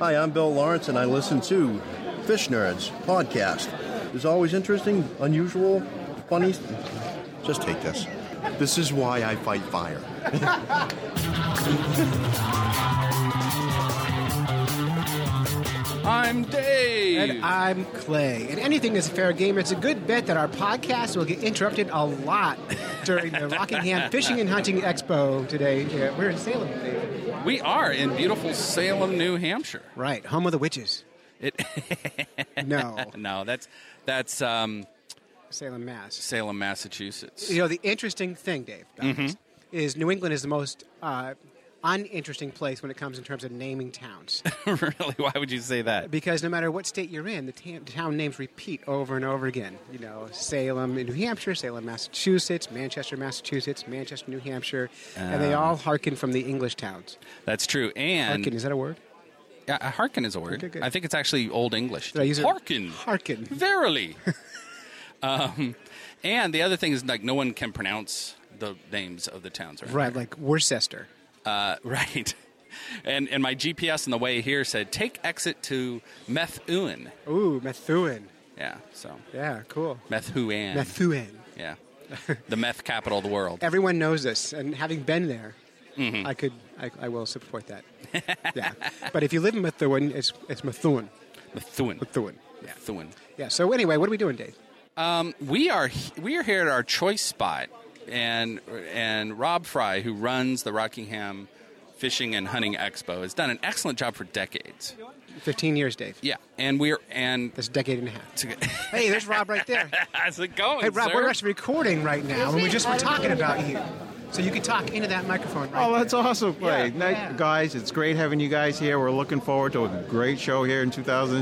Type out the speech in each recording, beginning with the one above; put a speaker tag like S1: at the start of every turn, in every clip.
S1: Hi, I'm Bill Lawrence, and I listen to Fish Nerds podcast. There's always interesting, unusual, funny. Just take this. This is why I fight fire.
S2: I'm Dave.
S3: And I'm Clay. And anything is fair game. It's a good bet that our podcast will get interrupted a lot during the Rockingham Fishing and Hunting Expo today. Yeah, we're in Salem, David.
S2: we are in beautiful Salem, New Hampshire.
S3: Right, home of the witches.
S2: It,
S3: No,
S2: no, that's that's um,
S3: Salem, Mass.
S2: Salem, Massachusetts.
S3: You know, the interesting thing, Dave, about
S2: Mm-hmm.
S3: this is New England is the most uh, uninteresting place when it comes in terms of naming towns.
S2: really? Why would you say that?
S3: because no matter what state you're in, the ta- town names repeat over and over again. You know, Salem in New Hampshire, Salem, Massachusetts, Manchester, Massachusetts, Manchester, New Hampshire, and they all hearken from the English towns.
S2: That's true. Um, And
S3: Hearken, is that a word?
S2: Yeah, uh, hearken is a word.
S3: Okay, good.
S2: I think it's actually Old English.
S3: Did I use it?
S2: hearken.
S3: Hearken.
S2: Verily. um, and the other thing is like no one can pronounce the names of the towns. Right.
S3: Right, like Worcester.
S2: Uh, right. And and my GPS on the way here said take exit to Methuen.
S3: Ooh, Methuen.
S2: Yeah. So
S3: Yeah, cool.
S2: Methuen.
S3: Methuen.
S2: Yeah. The meth capital of the world.
S3: Everyone knows this, and having been there,
S2: Mm-hmm.
S3: I could, I, I will support that. yeah, but if you live in Methuen, it's it's Methuen,
S2: Methuen.
S3: Methuen. Yeah.
S2: Methuen.
S3: Yeah. So anyway, what are we doing, Dave?
S2: Um, we are we are here at our choice spot, and and Rob Fry, who runs the Rockingham Fishing and Hunting Expo, has done an excellent job for decades.
S3: Fifteen years, Dave.
S2: Yeah, and we're and
S3: That's a decade and a half.
S2: how's
S3: Hey, there's Rob right there.
S2: it going?
S3: Hey, Rob,
S2: sir?
S3: we're actually recording right now, and we just were talking about you. So you can talk into that microphone right
S4: Oh, that's
S3: there.
S4: awesome, Clay.
S3: Yeah,
S4: Nice-
S3: yeah.
S4: Guys, it's great having you guys here. We're looking forward to a great show here in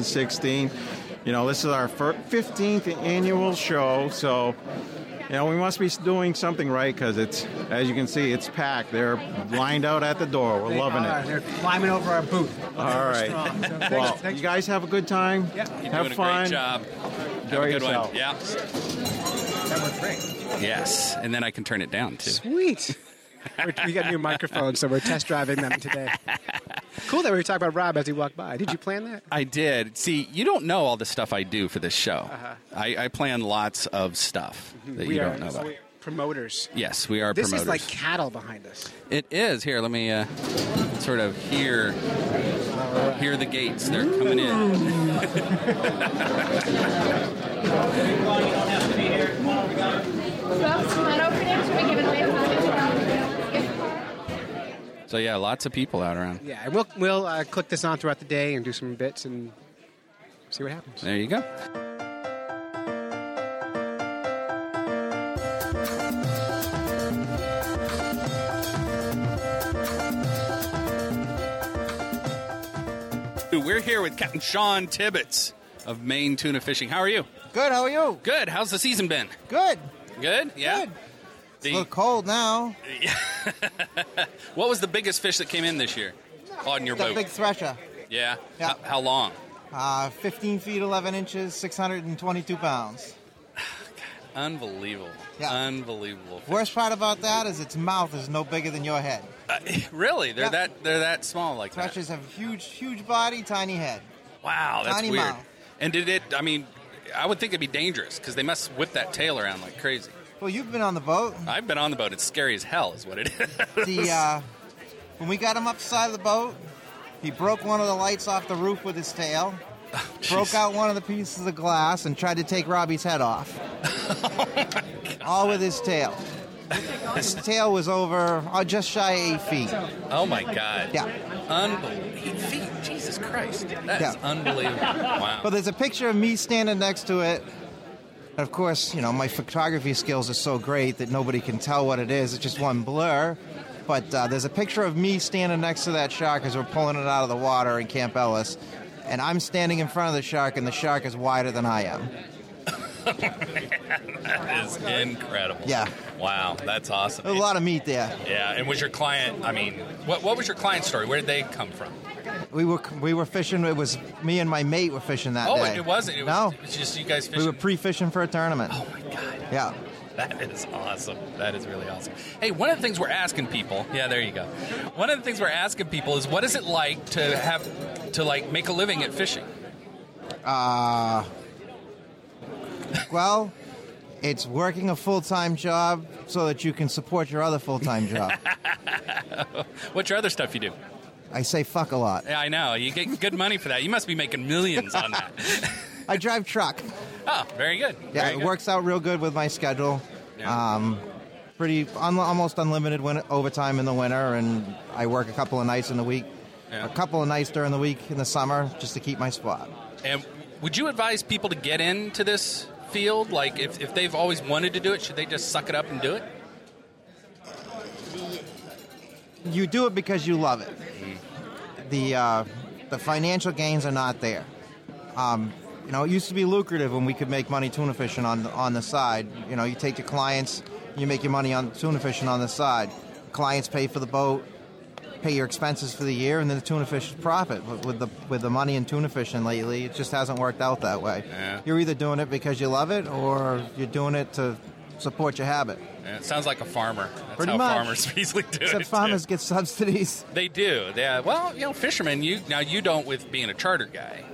S4: 2016. You know, this is our fir- 15th annual show, so, you know, we must be doing something right because it's, as you can see, it's packed. They're lined out at the door. We're
S3: They
S4: loving
S3: are.
S4: it.
S3: They're climbing over our booth.
S4: All right.
S3: Strong. So thanks,
S4: Well,
S3: thanks.
S4: you guys have a good time.
S3: Yeah.
S2: You're
S4: have
S2: doing
S4: fun.
S2: a great job. Have a
S4: Enjoy
S2: good
S4: yourself.
S2: one. Yeah.
S3: that worked great.
S2: Yes, and then I can turn it down too.
S3: Sweet. We're- we got new microphones, so we're test driving them today. Cool that we were talking about Rob as he walked by. Did you plan that?
S2: I did. See, you don't know all the stuff I do for this show. I, I plan lots of stuff that you
S3: Uh-huh. Mm-hmm. are
S2: don't know about.
S3: promoters.
S2: Yes, we are
S3: This
S2: promoters.
S3: is like cattle behind us.
S2: It is here. Let me uh, sort of hear hear the gates. They're coming in.
S5: Well, come on over there. Should we give it away? Gift card?
S2: So yeah, lots of people out around.
S3: Yeah, and we'll, we'll uh, click this on throughout the day and do some bits and see what happens.
S2: There you go. We're here with Captain Sean Tibbetts of Maine Tuna Fishing. How are you?
S6: Good, how are you?
S2: Good. How's the season been?
S6: Good.
S2: Good. Yeah.
S6: Good.
S2: The-
S6: Look cold now.
S2: What was the biggest fish that came in this year on your
S6: The
S2: boat?
S6: big thresher.
S2: yeah.
S6: Yeah.
S2: How, how long?
S6: Uh, 15 feet 11 inches, 622 pounds.
S2: Unbelievable.
S6: Yeah.
S2: Unbelievable.
S6: Worst part about that is its mouth is no bigger than your head.
S2: Uh, really? They're
S6: Yeah.
S2: that they're that small like that.
S6: Threshers have huge, huge body, tiny head.
S2: Wow, that's
S6: tiny
S2: weird.
S6: mouth.
S2: And did it? I mean, I would think it'd be dangerous because they must whip that tail around like crazy.
S6: Well, you've been on the boat.
S2: I've been on the boat. It's scary as hell, is what it is.
S6: The uh, when we got him up the side of the boat, he broke one of the lights off the roof with his tail. broke out one of the pieces of glass and tried to take Robbie's head off.
S2: Oh
S6: All with his tail. His tail was over uh, just shy of eight feet.
S2: Oh my god.
S6: Yeah.
S2: Unbelievable. Eight feet. Jesus Christ. That's
S6: Yeah.
S2: unbelievable. Wow.
S6: Well, there's a picture of me standing next to it. And of course, you know, my photography skills are so great that nobody can tell what it is. It's just one blur. But uh, there's a picture of me standing next to that shark as we're pulling it out of the water in Camp Ellis, and I'm standing in front of the shark, and the shark is wider than I am.
S2: That is incredible.
S6: Yeah.
S2: Wow, that's awesome.
S6: There's a lot of meat there.
S2: yeah, and was your client? I mean, what what was your client story? Where did they come from?
S6: We were we were fishing. It was me and my mate were fishing that
S2: Oh,
S6: day.
S2: it, it wasn't. It was,
S6: no,
S2: it was just you guys fishing.
S6: we were pre-fishing for a tournament.
S2: oh my god.
S6: Yeah.
S2: That is awesome. That is really awesome. Hey, one of the things we're asking people, yeah, there you go. One of the things we're asking people is what is it like to have to like make a living at fishing?
S6: Uh, Well, it's working a full-time job so that you can support your other full-time job.
S2: What's your other stuff you do?
S6: I say fuck a lot.
S2: Yeah, I know. You get good money for that. You must be making millions on that.
S6: I drive truck.
S2: oh, very good.
S6: Yeah,
S2: Very
S6: it
S2: good.
S6: works out real good with my schedule.
S2: Yeah.
S6: Um, pretty un- almost unlimited win- overtime in the winter, and I work a couple of nights in the week,
S2: Yeah.
S6: a couple of nights during the week in the summer just to keep my spot.
S2: And would you advise people to get into this field? Like, if, if they've always wanted to do it, should they just suck it up and do it?
S6: You do it because you love it. The uh, the financial gains are not there. Um, you know, it used to be lucrative when we could make money tuna fishing on the, on the side. You know, you take your clients, you make your money on tuna fishing on the side. Clients pay for the boat, pay your expenses for the year, and then the tuna fish profit. But with the with the money in tuna fishing lately, it just hasn't worked out that way.
S2: Yeah.
S6: You're either doing it because you love it, or you're doing it to support your habit.
S2: Yeah, it sounds like a farmer. That's
S6: Pretty
S2: how
S6: much.
S2: farmers usually do it.
S6: Except
S2: too.
S6: farmers get subsidies.
S2: They do. Yeah. Well, you know, fishermen. You now you don't with being a charter guy.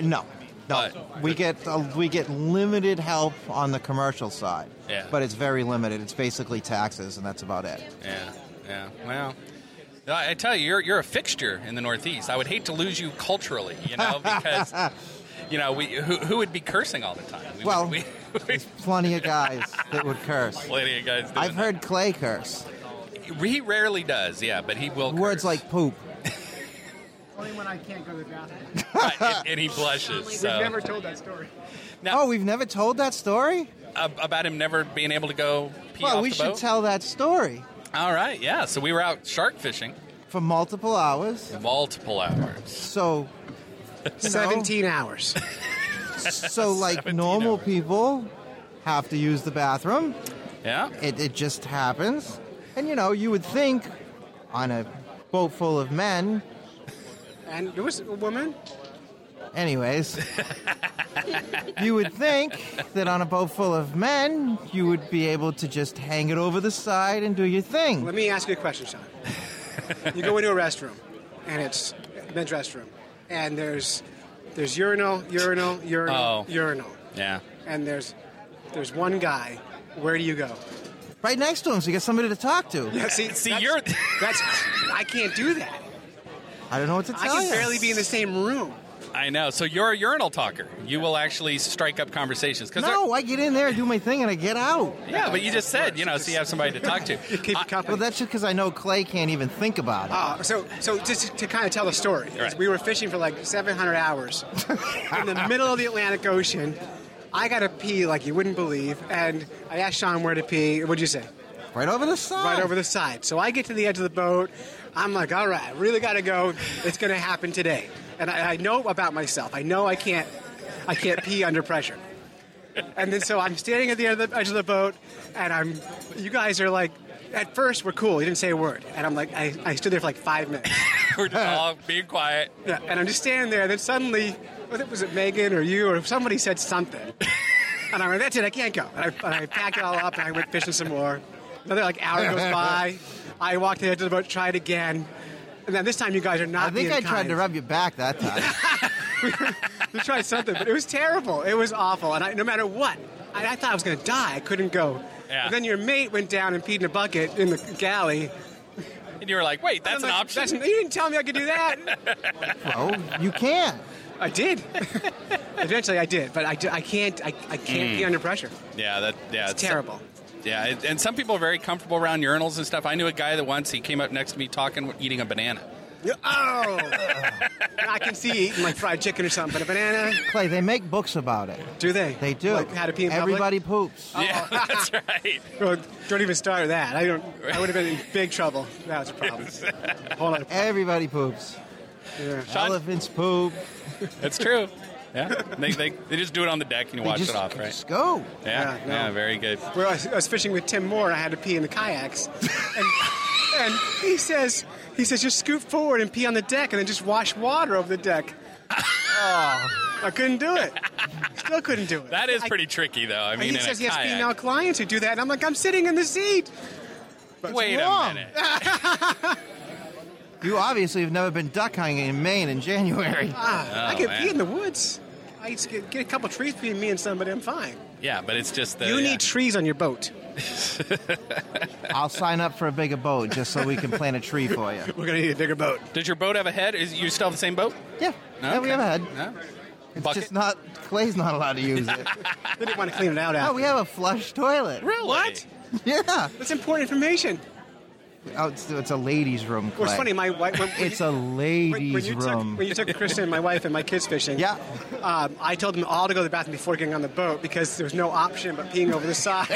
S6: No, no.
S2: But-
S6: we get uh, we get limited help on the commercial side.
S2: Yeah.
S6: But it's very limited. It's basically taxes, and that's about it.
S2: Yeah. Yeah. Well. I I tell you, you're, you're a fixture in the Northeast. I would hate to lose you culturally, you know, because, you know, we who, who would be cursing all the time? We would-
S6: Well,
S2: we,
S6: there's plenty of guys that would curse.
S2: plenty of guys. doing
S6: I've heard Clay curse
S2: that. he rarely does, yeah, but he will.
S6: words
S2: curse.
S6: like poop.
S3: Only when I can't go to the bathroom.
S2: Right, and, and he blushes. So.
S3: We've never told that story.
S2: Now,
S6: Oh, we've never told that story.
S2: ab- about him never being able to go pee
S6: Well,
S2: off
S6: we
S2: the
S6: should
S2: boat?
S6: tell that story
S2: All right, yeah. So we were out shark fishing
S6: for multiple hours.
S2: multiple hours.
S6: So, you know,
S3: Seventeen hours.
S6: So, like normal
S2: hours.
S6: people have to use the bathroom.
S2: Yeah,
S6: It, it just happens. And you know, you would think on a boat full of men,
S3: And there was a woman.
S6: anyways, you would think that on a boat full of men, you would be able to just hang it over the side and do your thing.
S3: Let me ask you a question, Sean. you go into a restroom, and it's a men's restroom, and there's there's urinal, urinal, urinal,
S2: Oh.
S3: urinal,
S2: yeah.
S3: and there's there's one guy. Where do you go?
S6: Right next to him, so you got somebody to talk to.
S3: Yeah, see,
S2: See,
S3: that's-
S2: you're-
S3: that's I can't do that.
S6: I don't know what to
S3: I
S6: tell
S3: can
S6: you.
S3: barely be in the same room.
S2: I know. So you're a urinal talker. You will actually strike up conversations because
S6: No, I get in there and do my thing and I get out.
S2: yeah. But you just said you know, so you have somebody to talk to.
S3: Keep
S2: I-
S3: it company.
S6: Well, that's just because I know Clay can't even think about it.
S3: Uh, so, so just to kind of tell the story, is
S2: Right.
S3: we were fishing for like 700 hours in the middle of the Atlantic Ocean. I got to pee like you wouldn't believe, and I asked Sean where to pee. What'd you say?
S6: Right over the side.
S3: Right over the side. So I get to the edge of the boat. I'm like, all right, really got to go. It's going to happen today. And I, I know about myself. I know I can't, I can't pee under pressure. And then so I'm standing at the edge of the, edge of the boat, and I'm, you guys are like, at first we're cool. You didn't say a word, and I'm like, I, I stood there for like five minutes.
S2: We're just all being quiet.
S3: Yeah, and I'm just standing there, and then suddenly, was it, was it Megan or you or somebody said something? and I went, that's it, I can't go. And I, and I packed it all up, and I went fishing some more. Another like hour goes by. I walked to the edge of the boat, tried again. And then this time you guys are not
S6: I think
S3: being
S6: I tried
S3: kind.
S6: to rub your back that time.
S3: You tried something, but it was terrible. It was awful. And I, no matter what, I, I thought I was going to die. I couldn't go.
S2: Yeah.
S3: And then your mate went down and peed in a bucket in the galley.
S2: And you were like, wait, that's
S3: I'm
S2: an
S3: like,
S2: option.
S3: "That's- you didn't tell me I could do that.
S6: oh, you can.
S3: I did. Eventually, I did, but I, d- I can't. I, I can't
S7: Mm.
S3: be under pressure.
S2: yeah, that yeah,
S3: It's terrible.
S2: Yeah, and- and some people are very comfortable around urinals and stuff. I knew a guy that once he came up next to me talking, eating a banana.
S3: Yeah, Oh! And I can see eating like fried chicken or something, but a banana.
S6: Clay, they make books about it.
S3: Do they?
S6: They do.
S3: Like how to pee in public?
S6: Everybody poops.
S7: Yeah, that's right.
S3: Oh. Well, don't even start with that. I don't. I would have been in big trouble. That was a problem. Hold on.
S6: Everybody poops.
S3: Yeah.
S7: Sean?
S6: Elephants poop.
S7: It's true. Yeah, they, they, they just do it on the deck and you
S6: They
S7: wash
S6: just,
S7: it off,
S6: they
S7: right?
S6: Just go.
S7: yeah,
S3: Yeah,
S7: yeah,
S3: no.
S7: very good.
S3: Well, I was, I was fishing with Tim Moore, and I had to pee in the kayaks. And, and he says, he says, just scoot forward and pee on the deck, and then just wash water over the deck. oh, I couldn't do it. Still couldn't do it.
S7: That is
S3: I-
S7: pretty tricky, though. I
S3: and
S7: mean,
S3: he
S7: in
S3: says
S7: a
S3: he has
S7: kayak.
S3: female clients who do that, and I'm like, I'm sitting in the seat. But
S7: Wait
S3: wrong.
S7: a minute.
S6: You obviously have never been duck hunting in Maine in January.
S3: Ah, I
S7: Oh,
S3: could
S7: man.
S3: pee in the woods. I just get, get a couple trees between me and somebody, I'm fine.
S7: Yeah, but it's just the.
S3: you
S7: yeah.
S3: need trees on your boat.
S6: I'll sign up for a bigger boat just so we can plant a tree for you.
S3: We're gonna need a bigger boat.
S7: Does your boat have a head? Is you still have the same boat?
S6: Yeah. Yeah,
S7: Okay.
S6: we have a head.
S7: No.
S6: It's
S7: Bucket?
S6: just not Clay's not allowed to use it.
S3: They didn't want to clean it out
S6: oh,
S3: after.
S6: we have a flush toilet.
S7: Really?
S3: What?
S6: Yeah.
S3: That's important information.
S6: Oh, it's, it's a ladies' room.
S3: Well,
S6: Clay.
S3: it's funny, my wife. When, when
S6: It's
S3: you-
S6: a
S3: when,
S6: ladies'
S3: when you
S6: room.
S3: Took, when you took Kristen, my wife, and my kids fishing,
S6: Yeah.
S3: um, I told them all to go to the bathroom before getting on the boat because there was no option but peeing over the side.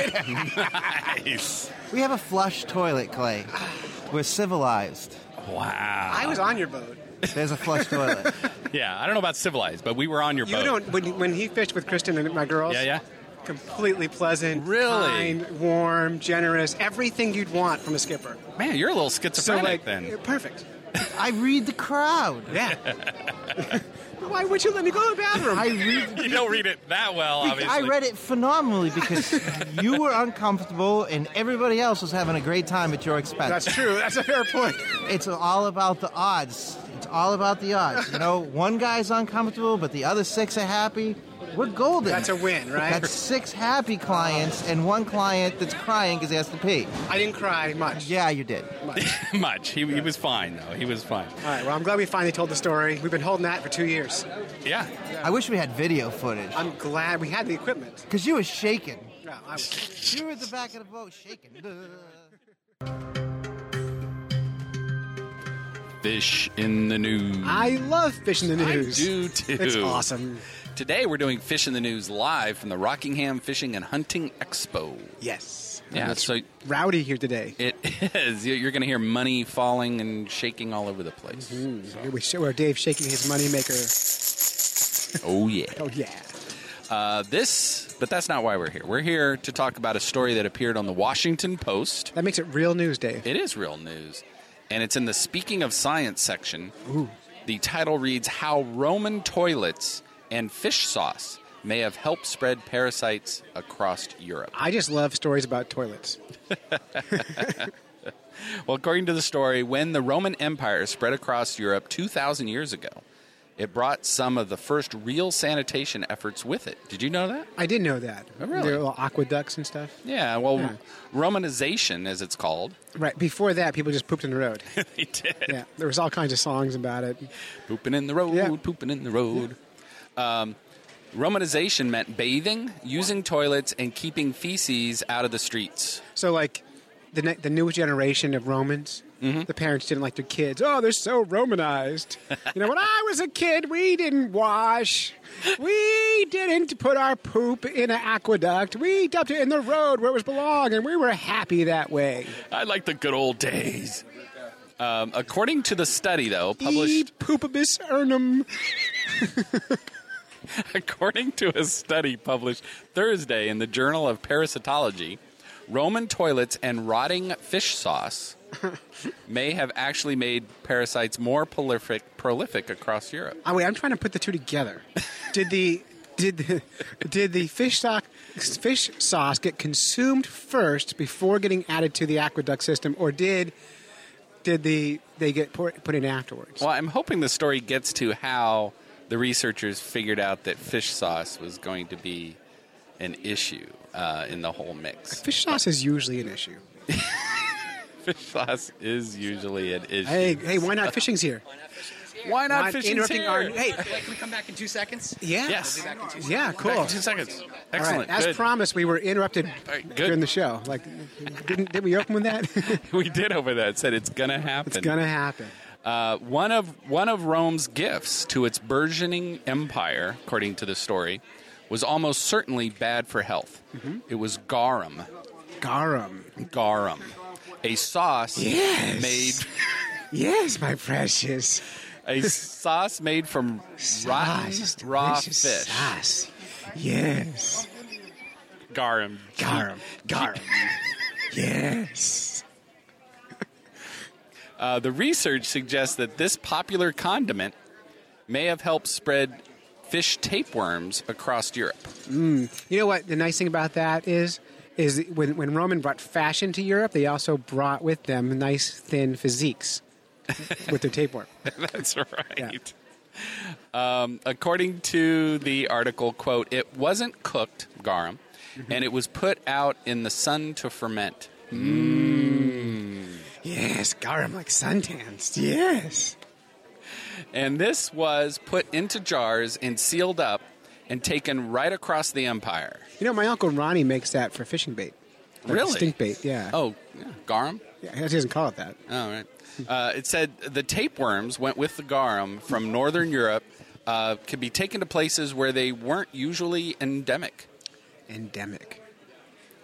S7: Nice.
S6: we have a flush toilet, Clay. We're civilized.
S7: Wow.
S3: I was on your boat.
S6: There's a flush toilet.
S7: Yeah, I don't know about civilized, but we were on your
S3: You
S7: boat.
S3: don't. When, when he fished with Kristen and my girls,
S7: Yeah, yeah.
S3: completely pleasant,
S7: Really?
S3: kind, warm, generous, everything you'd want from a skipper.
S7: Man, you're a little schizophrenic
S3: like,
S7: then.
S3: perfect.
S6: I read the crowd.
S3: Yeah. Why would you let me go to the bathroom?
S6: I read.
S7: You don't read it that well, Oh, obviously.
S6: I read it phenomenally because you were uncomfortable and everybody else was having a great time at your expense.
S3: That's true. That's a fair point.
S6: It's all about the odds. It's all about the odds. You know, one guy's uncomfortable, but the other six are happy. We're golden.
S3: That's a win, right?
S6: That's six happy clients and one client that's crying because he has to pee.
S3: I didn't cry much.
S6: Yeah, you did.
S7: much. He, he was fine though. He was fine.
S3: All right. Well, I'm glad we finally told the story. We've been holding that for two years.
S7: Yeah.
S6: I wish we had video footage
S3: I'm glad we had the equipment.
S6: because you were shaking.
S3: No, I was-
S6: You were at the back of the boat shaking.
S2: Fish in the news.
S3: I love fish in the
S2: I
S3: news.
S2: do too.
S3: It's awesome.
S2: Today we're doing Fish in the News live from the Rockingham Fishing and Hunting Expo.
S3: Yes.
S2: Yeah,
S3: That's
S2: so-
S3: rowdy here today.
S2: It is. You- You're going to hear money falling and shaking all over the place.
S3: Hmm. Here we show where Dave's shaking his moneymaker.
S2: Oh yeah.
S3: Oh yeah.
S2: Uh, this, but that's not why we're here. We're here to talk about a story that appeared on the Washington Post.
S3: That makes it real news, Dave.
S2: It is real news. And it's in the Speaking of Science section. The title reads How Roman Toilets and Fish Sauce May Have Helped Spread Parasites Across Europe.
S3: I just love stories about toilets.
S2: Well, according to the story, when the Roman Empire spread across Europe 2,000 years ago, it brought some of the first real sanitation efforts with it. Did you know that?
S3: I did know that.
S2: Oh, really?
S3: There are little aqueducts and stuff.
S2: Yeah, well,
S3: Hmm.
S2: Romanization, as it's called.
S3: Right. Before that, people just pooped in the road.
S7: He did.
S3: yeah. There was all kinds of songs about it.
S2: Pooping in the road,
S3: Yeah.
S2: pooping in the road. Um, Romanization meant bathing, using toilets, and keeping feces out of the streets.
S3: So like the ne- the new generation of Romans, the parents didn't like their kids. Oh, they're so Romanized. you know, when I was a kid, we didn't wash, we didn't put our poop in an aqueduct. We dumped it in the road where it was belonged, and we were happy that way.
S2: I like the good old days. Um, according to the study, though,
S3: E
S2: published
S3: poopibus urnum.
S2: According to a study published Thursday in the Journal of Parasitology, Roman toilets and rotting fish sauce may have actually made parasites more prolific, prolific across Europe.
S3: Oh wait, I'm trying to put the two together. Did the did the, did the fish stock fish sauce get consumed first before getting added to the aqueduct system, or did did the they get pour, put in afterwards?
S2: Well, I'm hoping the story gets to how the researchers figured out that fish sauce was going to be an issue uh, in the whole mix.
S3: Fish sauce is usually an issue.
S2: Fish sauce is usually an issue.
S3: Hey, hey, why not fishing's here?
S2: why
S3: why
S2: not fishing
S3: interrupting
S2: here?
S3: our- hey,
S8: Can we come back in two seconds?
S3: yeah,
S2: Yes.
S3: yeah,
S2: Back
S3: cool.
S2: in
S3: All
S2: two seconds.
S3: right,
S2: Excellent.
S3: as
S2: Good.
S3: promised, we were interrupted
S2: right, good.
S3: during the show. Like, didn't did we open with that?
S2: we did over that. Said it's gonna happen.
S3: it's gonna happen.
S2: Uh, one of one of Rome's gifts to its burgeoning empire, according to the story, was almost certainly bad for health. It was garum,
S3: Mm-hmm. Garum.
S2: garum, a sauce
S3: Yes.
S2: made
S3: Yes, my precious.
S2: a sauce made from rotten
S3: Sauce,
S2: raw
S3: delicious
S2: fish.
S3: Sauce. Yes.
S2: Garum.
S3: Garum. Garum. yes.
S2: Uh, the research suggests that this popular condiment may have helped spread fish tapeworms across Europe.
S3: Mm. You know what? The nice thing about that is, is when when Roman brought fashion to Europe, they also brought with them nice thin physiques with their tapeworm.
S2: That's right. Um, according to the article, quote, it wasn't cooked, garum,
S3: Mm-hmm.
S2: and it was put out in the sun to ferment.
S3: Mm-hmm. Mm. Yes, garum like suntans. Yes.
S2: And this was put into jars and sealed up and taken right across the empire.
S3: You know, my uncle Ronnie makes that for fishing bait. Like
S2: Really?
S3: Stink bait. Yeah.
S2: Oh, yeah, garum?
S3: Yeah, he doesn't call it that.
S2: All right. Uh, it said the tapeworms went with the garum from northern Europe, uh, could be taken to places where they weren't usually endemic.
S3: Endemic.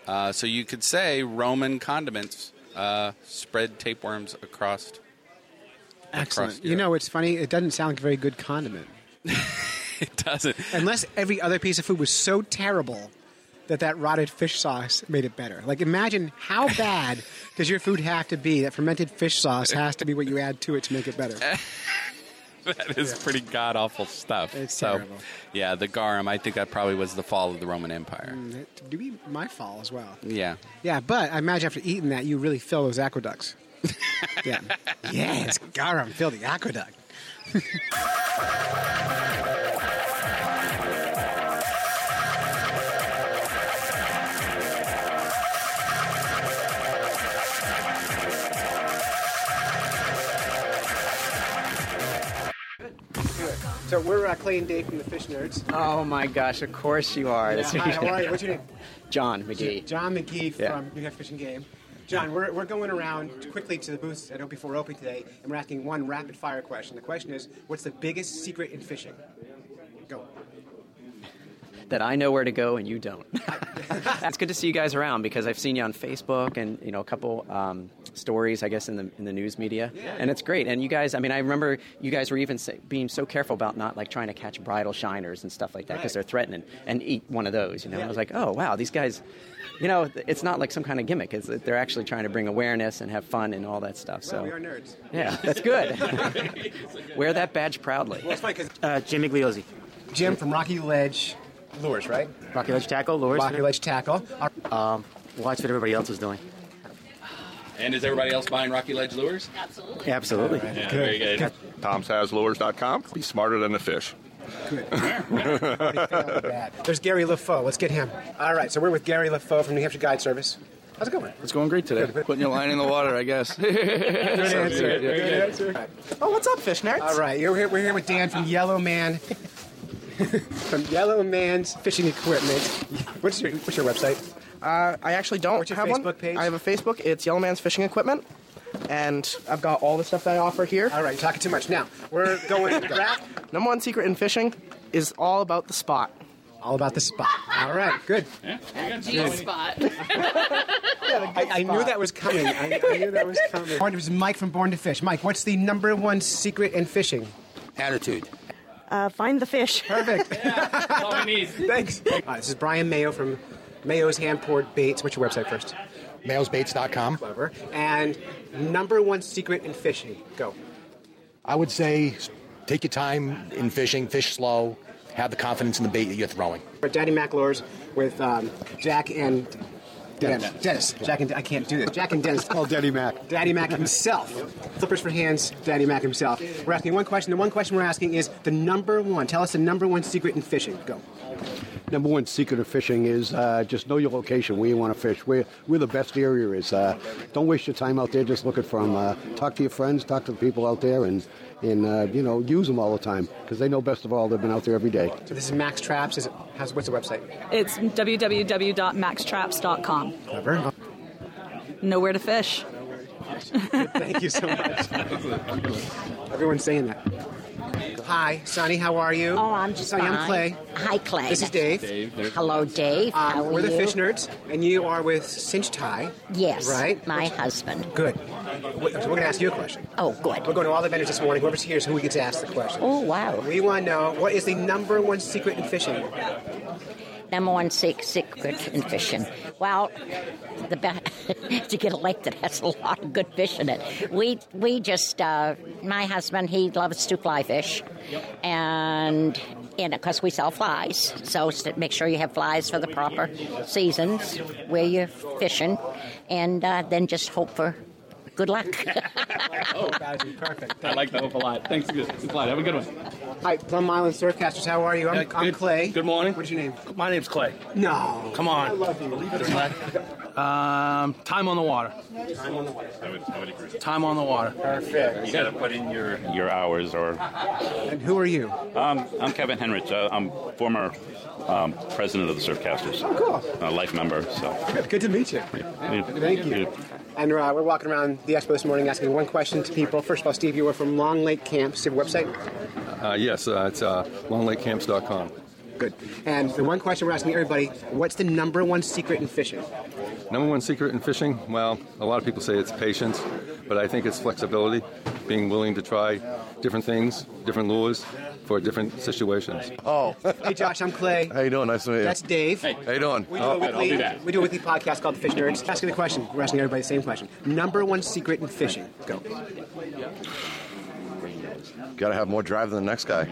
S2: Uh, so you could say Roman condiments uh, spread tapeworms across.
S3: Excellent. You
S2: Europe.
S3: know, it's funny. It doesn't sound like a very good condiment.
S2: It doesn't.
S3: Unless every other piece of food was so terrible that that rotted fish sauce made it better. Like, imagine how bad does your food have to be that fermented fish sauce has to be what you add to it to make it better.
S2: That is pretty god awful stuff.
S3: It's
S2: so,
S3: terrible.
S2: yeah, the garum. I think that probably was the fall of the Roman Empire.
S3: Mm, It- Do be my fall as well.
S2: Yeah.
S3: Yeah, but I imagine after eating that, you really fill those aqueducts. yeah. Yes, garum, fill the aqueduct. So we're uh, Clay and Dave from the Fish Nerds.
S8: Oh my gosh, of course you are. That's
S3: Hi, how are you? What's your name?
S8: John McGee.
S3: John McGee from
S8: Yeah.
S3: New Hampshire Fishing Game. John, we're, we're going around quickly to the booths at Opie Four Open today, and we're asking one rapid fire question. The question is, what's the biggest secret in fishing? Go.
S8: That I know where to go and you don't. it's good to see you guys around because I've seen you on Facebook and you know a couple um, stories, I guess, in the in the news media, and it's great. And you guys, I mean, I remember you guys were even say, being so careful about not like trying to catch bridal shiners and stuff like that because
S3: Right.
S8: they're threatening and eat one of those. You know, and I was like, oh wow, these guys. You know, it's not like some kind of gimmick. It's, they're actually trying to bring awareness and have fun and all that stuff. So
S3: Well, we are nerds.
S8: Yeah, that's good. Wear that badge proudly.
S3: Well, it's funny because
S9: Uh, Jim Migliozzi.
S3: Jim from Rocky Ledge Lures, right?
S9: Rocky Ledge Tackle, Lures. Um,
S3: Rocky Ledge Tackle. Our-
S9: Watch what everybody else is doing.
S2: And is everybody else buying Rocky Ledge lures?
S9: Absolutely.
S2: Yeah, very good.
S10: TomSazLures.com. Be smarter than a fish.
S3: There's Gary LaFoe. Let's get him. All right, so we're with Gary LaFoe from New Hampshire Guide Service. How's it going?
S10: It's going great today. Putting your line in the water, I guess.
S3: Good answer. Good answer.
S9: Oh, what's up, fish nerds?
S3: All right, you're here, we're here with Dan from Yellow Man. from Yellow Man's Fishing Equipment. What's your, what's your website?
S9: Uh, I actually don't
S3: What's your
S9: have one.
S3: Facebook page?
S9: I have a Facebook. It's Yellow Man's Fishing Equipment, and I've got all the stuff that I offer here.
S3: All right, you're talking too much. Now, we're going rap.
S9: Number one secret in fishing is all about the spot.
S3: All about the spot. All right, good.
S5: G spot.
S3: I, I knew that was coming. I, I knew that was coming. It was Mike from Born to Fish. Mike, what's the number one secret in fishing?
S10: Attitude.
S11: Uh, find the fish.
S3: Perfect.
S7: all we need.
S3: Thanks. All right, this is Brian Mayo from Mayo's Hand Poured Baits. What's your website first?
S10: MalesBaits.com.
S3: Clever. And number one secret in fishing. Go.
S10: I would say take your time in fishing, fish slow, have the confidence in the bait that you're throwing.
S3: But Daddy McLaure's with um, Jack and Dennis. Dennis. Jack and I can't do this. Jack and Dennis. oh, Daddy Mac. Daddy Mac himself. Flippers for hands. Daddy Mac himself. We're asking one question. The one question we're asking is the number one. Tell us the number one secret in fishing. Go.
S10: Number one secret of fishing is uh, just know your location, where you want to fish, where, where the best area is. Uh, don't waste your time out there just looking for them. Uh, talk to your friends, talk to the people out there, and, and uh, you know, use them all the time because they know best of all. They've been out there every day.
S3: So this is Max Traps. Is it, how's, what's the website?
S11: It's www.maxtraps.com.
S3: Clever.
S11: Nowhere to fish.
S3: much. Thank you so much. Everyone's saying that. Hi, Sonny. How are you?
S12: Oh, I'm just
S3: Sonny. I'm
S12: fine.
S3: Clay.
S12: Hi, Clay.
S3: This is Dave.
S12: Hello, Dave.
S3: Um,
S12: How are
S3: we're the
S12: you?
S3: Fish Nerds, and you are with Cinch Tie.
S12: Yes.
S3: Right?
S12: My husband.
S3: Good. Wait, so We're going to ask you a question.
S12: Oh, good.
S3: We're going to all the vendors this morning. Whoever's here is who we get to ask the question.
S12: Oh, wow.
S3: We want to know what is the number one secret in fishing?
S12: Number one sec- secret in fishing. Well, the be- to get a lake that has a lot of good fish in it. We we just uh, my husband he loves to fly fish, and and of course we sell flies. So it's to make sure you have flies for the proper seasons where you're fishing, and uh, then just hope for good luck.
S3: oh, guys, you're perfect.
S13: I like that hope a lot. Thanks, good. It's a lot. Have a good one.
S3: Hi, Plum Island Surfcasters. How are you? I'm,
S13: Yeah,
S3: I'm
S13: good-
S3: Clay.
S13: Good morning.
S3: What's your name?
S13: My name's Clay.
S3: No.
S13: Come on.
S3: I love you. Believe it or not.
S13: Um, time on the water.
S3: Time on the water.
S14: I would, I would agree.
S13: Time on the water.
S3: Perfect.
S14: You got to put in your, your hours or.
S3: And who are you?
S14: Um, I'm Kevin Henrich. Uh, I'm former um, president of the Surfcasters.
S3: Oh,
S14: A life member, so.
S3: cool. Good to meet you. Thank you. And uh, we're walking around the expo this morning asking one question to people. First of all, Steve, you were from Long Lake Camps. Do you have a website?
S15: Uh, yes, uh, it's uh, longlakecamps.com.
S3: Good. And the one question we're asking everybody what's the number one secret in fishing?
S15: Number one secret in fishing? Well, a lot of people say it's patience, but I think it's flexibility, being willing to try different things, different lures for different situations.
S11: Oh.
S3: hey, Josh, I'm Clay.
S11: How you doing? Nice to meet you. Oh,
S3: That's Dave. Hey.
S15: How you doing?
S3: We do, a weekly, we do a weekly podcast called The Fish Nerds. Asking the question. We're asking everybody the same question. Number one secret in fishing. Go.
S11: Got to have more drive than the next guy.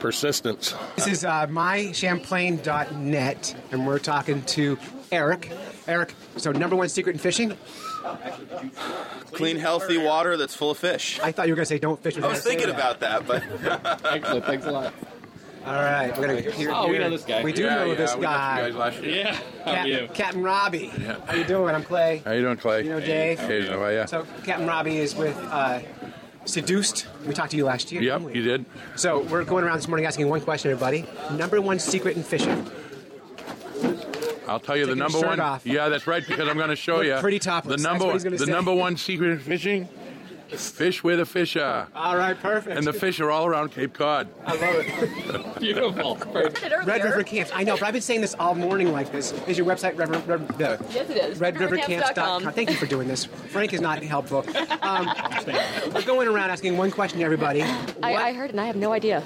S15: Persistence.
S3: This is uh, mychamplain.net, and we're talking to Eric. Eric, so number one secret in fishing?
S2: Clean, healthy water that's full of fish.
S3: I thought you were going to say don't fish with
S2: I was
S3: that.
S2: thinking about that, but. Excellent. Thanks a lot.
S3: All right, we're gonna hear.
S2: Oh, we know this guy.
S3: We do
S2: Yeah,
S3: know
S2: yeah,
S3: this
S2: we got
S3: guy.
S2: you guys last year. Yeah, how
S3: Cap-
S2: are you?
S3: Captain Robbie.
S16: Yeah.
S3: How you doing? I'm Clay.
S16: How you doing, Clay?
S3: You know Dave.
S16: Hey, how are ya?
S3: So Captain Robbie is with uh, Seduced. We talked to you last year.
S16: Yep,
S3: didn't we?
S16: you did.
S3: So we're going around this morning asking one question, everybody. Number one secret in fishing.
S16: I'll tell you the
S3: Taking
S16: number
S3: your shirt
S16: one.
S3: off.
S16: Yeah, that's right. Because I'm going to show
S3: Look
S16: you
S3: pretty topless.
S16: The
S3: That's
S16: number
S3: what he's gonna
S16: the
S3: say.
S16: number one secret in fishing: fish where the fish are,
S3: All right, perfect.
S16: and the fish are all around Cape Cod.
S3: I love it.
S16: Beautiful.
S3: Red River Camps. I know, but I've been saying this all morning like this. Is your website Red, River- Red, the-
S17: Yes, it is.
S3: redrivercamps.com. Thank you for doing this. Frank is not helpful. Um, we're going around asking one question to everybody.
S17: I, I heard it and I have no idea.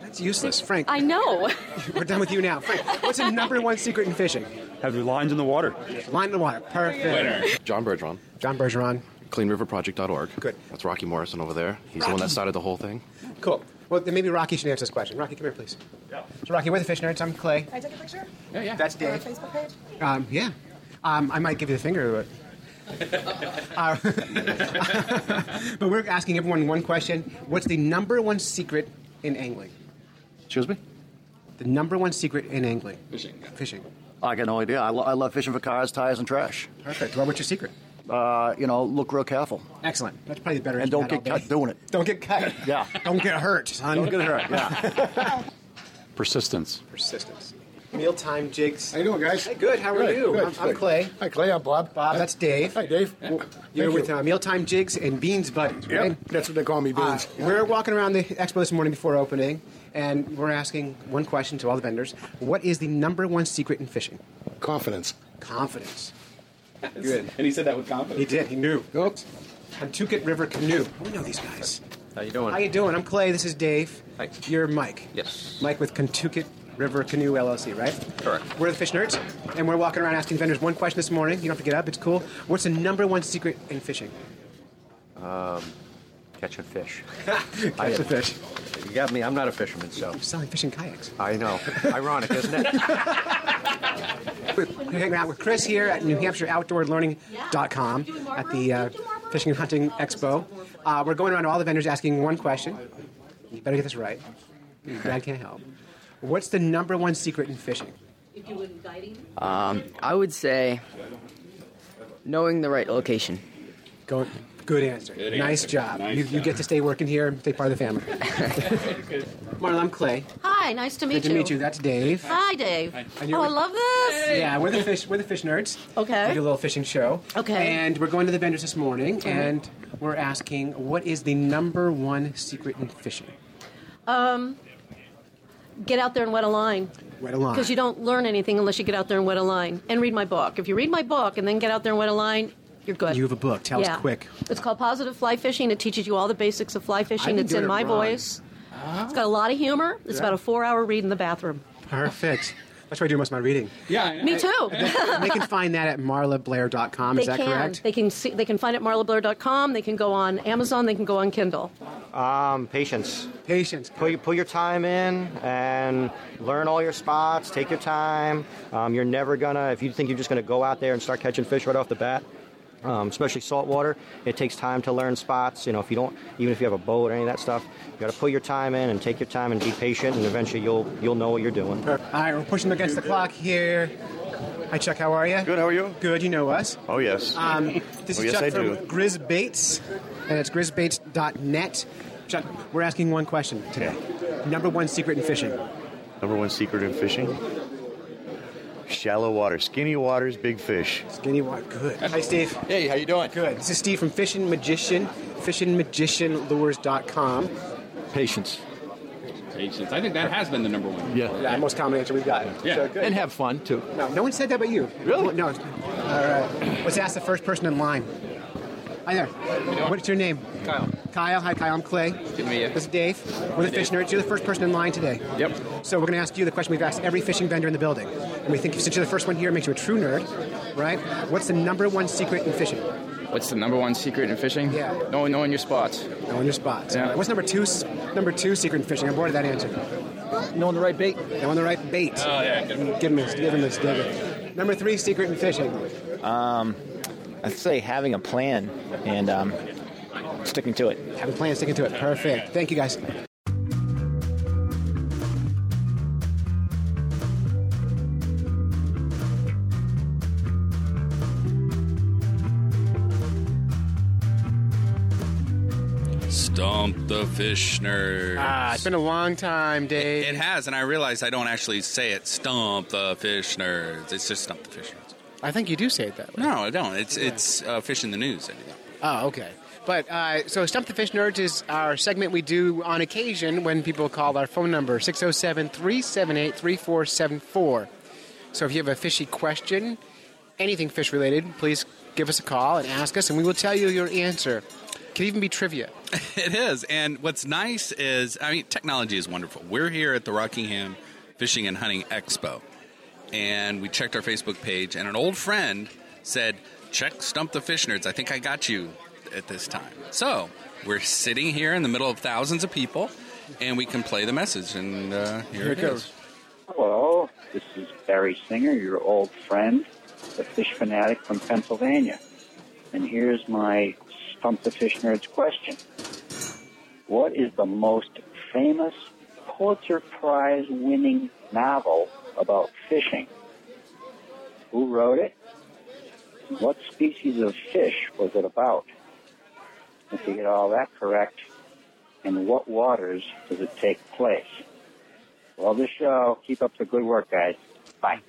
S3: That's useless. Frank,
S17: I know.
S3: we're done with you now. Frank, what's the number one secret in fishing?
S18: Have the lines in the water.
S3: Line in the water. Perfect.
S19: John Bergeron.
S3: John Bergeron.
S19: CleanRiverProject.org.
S3: Good.
S19: That's Rocky Morrison over there. He's the one that started the whole thing.
S3: Cool. Well, then maybe Rocky should answer this question. Rocky, come here, please. Yeah. So, Rocky, we're the fish nerds. I'm Clay.
S20: I took a picture?
S3: Yeah, yeah. That's
S20: For our
S3: Dave.
S20: Facebook page?
S3: Um, yeah. Um, I might give you the finger. But, uh, but we're asking everyone one question. What's the number one secret in angling?
S1: Excuse me?
S3: The number one secret in angling? Fishing. Fishing.
S1: I got no idea. I, lo- I love fishing for cars, tires, and trash.
S3: Perfect. Well, what's your secret?
S1: Uh, you know, look real careful.
S3: Excellent. That's probably the better
S1: And don't
S3: answer than
S1: get
S3: that all
S1: cut
S3: day.
S1: doing it.
S3: Don't get cut.
S1: Yeah.
S3: Don't get hurt, son.
S1: Don't get hurt, yeah.
S4: Persistence.
S3: Persistence. Mealtime jigs.
S4: How you doing, guys?
S3: Hey, good. How are
S4: Good,
S3: you?
S4: good,
S3: I'm, I'm
S4: good.
S3: Clay.
S4: Hi, Clay. I'm Bob.
S3: Bob, that's Dave.
S4: Hi, Dave.
S3: You're
S4: Thank
S3: with
S4: you.
S3: uh, Mealtime Jigs and Beans Buddies, right?
S4: Yep, that's what they call me, Beans.
S3: Uh, We're walking around the expo this morning before opening, and we're asking one question to all the vendors: What is the number one secret in fishing?
S4: Confidence.
S3: Confidence.
S13: Good. And he said that with confidence.
S3: He did. He knew. Hantucket River Canoe. We know these guys.
S21: How you doing?
S3: How you doing? I'm Clay. This is Dave.
S21: Hi.
S3: You're Mike.
S21: Yes.
S3: Mike with Kentucket River Canoe LLC, right?
S21: Correct.
S3: We're the Fish Nerds, and we're walking around asking vendors one question this morning. You don't have to get up. It's cool. What's the number one secret in fishing?
S19: Um, catching fish.
S3: Catch the fish.
S19: You got me. I'm not a fisherman, so.
S3: Selling fishing kayaks.
S19: I know. Ironic, isn't it?
S3: We're hanging out with Chris here at New Hampshire Outdoor Learning.com at the uh, Fishing and Hunting Expo. Uh, we're going around to all the vendors asking one question. You better get this right. Dad can't help. What's the number one secret in fishing?
S22: Um, I would say knowing the right location.
S3: Going Good answer.
S23: Good
S3: nice
S23: answer.
S3: job.
S23: Nice
S3: you, you
S23: job.
S3: get to stay working here and stay part of the family. Marla, I'm Clay.
S17: Hi, nice to meet
S3: Good
S17: you.
S3: to meet you. That's Dave.
S17: Hi, Dave.
S3: And you're-
S17: Oh, I love this.
S3: Yeah, we're the fish. We're the fish nerds.
S17: Okay.
S3: We do a little fishing show.
S17: Okay.
S3: And we're going to the vendors this morning,
S17: Mhm.
S3: and we're asking what is the number one secret in fishing?
S17: Um, get out there and wet a line.
S3: Wet a line.
S17: Because you don't learn anything unless you get out there and wet a line and read my book. If you read my book and then get out there and wet a line, you're good.
S3: You have a book. Tell
S17: Yeah.
S3: us quick.
S17: It's called Positive Fly Fishing. It teaches you all the basics of fly fishing.
S3: been
S17: It's
S3: doing
S17: in
S3: it
S17: my
S3: wrong.
S17: voice. It's got a lot of humor. It's
S3: Yeah.
S17: about a four-hour read in the bathroom.
S3: Perfect. That's where I do most of my reading.
S17: Yeah, me too.
S3: they can find that at marlablair.com. Is
S17: they
S3: that
S17: can.
S3: correct?
S17: They can see. They can find it at marlablair.com. They can go on Amazon. They can go on Kindle.
S24: Um, patience.
S3: Patience.
S24: Put, your- put your time in and learn all your spots. Take your time. Um, you're never gonna. If you think you're just gonna go out there and start catching fish right off the bat, um, especially saltwater, it takes time to learn spots. You know, if you don't, even if you have a boat or any of that stuff, you got to put your time in and take your time and be patient, and eventually you'll you'll know what you're doing.
S3: All right, we're pushing against the clock here. Hi, Chuck. How are you? Good. How are you? Good. You know us.
S4: Oh yes.
S3: Um, this
S4: Oh,
S3: is
S4: yes,
S3: Chuck
S4: I
S3: from
S4: do.
S3: Grizz Bates, and it's grizzbates.net. Chuck, we're asking one question today. Number one secret in fishing.
S4: Number one secret in fishing: shallow water, skinny waters, big fish.
S3: Skinny water, good. Hi, Steve.
S4: Hey, how you doing?
S3: Good. This is Steve from Fishing Magician, fishingmagicianlures.com. Patience.
S25: Patience. I think that has been the number one.
S3: Yeah, most common answer we've got.
S25: Yeah.
S3: So good.
S25: And have fun too.
S3: No, no one said that but you. Really? No. All right. Let's ask the first person in line. Hi there. What's your name? Kyle. Kyle. Hi, Kyle. I'm Clay. Good to meet you. This is Dave. We're the
S25: Dave.
S3: fish nerds. You're the first person in line today.
S25: Yep.
S3: So we're going to ask you the question we've asked every fishing vendor in the building, and we think since you're the first one here, it makes you a true nerd, right? What's the number one secret in fishing?
S25: What's the number one secret in fishing?
S3: Yeah.
S25: Knowing, knowing your spots.
S3: Knowing your spots.
S25: Yeah.
S3: What's number two? s- Number two secret in fishing. I'm bored of that answer. Knowing the right bait. Knowing the right bait.
S25: Oh, yeah, good one.
S3: Give him this. Give him this. Give him. Number three secret in fishing.
S26: Um, I'd say having a plan and um, sticking to it.
S3: Have a plan. Sticking to it. Perfect. Thank you guys.
S2: Stomp the fish nerd.
S3: Ah, it's been a long time, Dave.
S2: It has, and I realize I don't actually say it. Stump the fish nerds. It's just stump the fish nerds.
S3: I think you do say it that way.
S2: No, I don't. It's it's uh, fish in the news. Anyway.
S3: Oh, okay. But uh, so Stump the Fish Nerds is our segment we do on occasion when people call our phone number 607 378 3474. So if you have a fishy question, anything fish related, please give us a call and ask us, and we will tell you your answer. Could even be trivia.
S2: It is. And what's nice is, I mean, technology is wonderful. We're here at the Rockingham Fishing and Hunting Expo. And we checked our Facebook page, and an old friend said, Check Stump the Fish Nerds. I think I got you at this time. So we're sitting here in the middle of thousands of people, and we can play the message. And uh, here,
S27: Here
S2: it
S27: it
S2: goes.
S27: Hello, this is Barry Singer, your old friend, the fish fanatic from Pennsylvania. And here's my Stump the Fish Nerds question What is the most famous Pulitzer Prize winning novel about fishing? Who wrote it? What species of fish was it about? If you get all that correct, in what waters does it take place? Love the show. Keep up the good work, guys. Bye.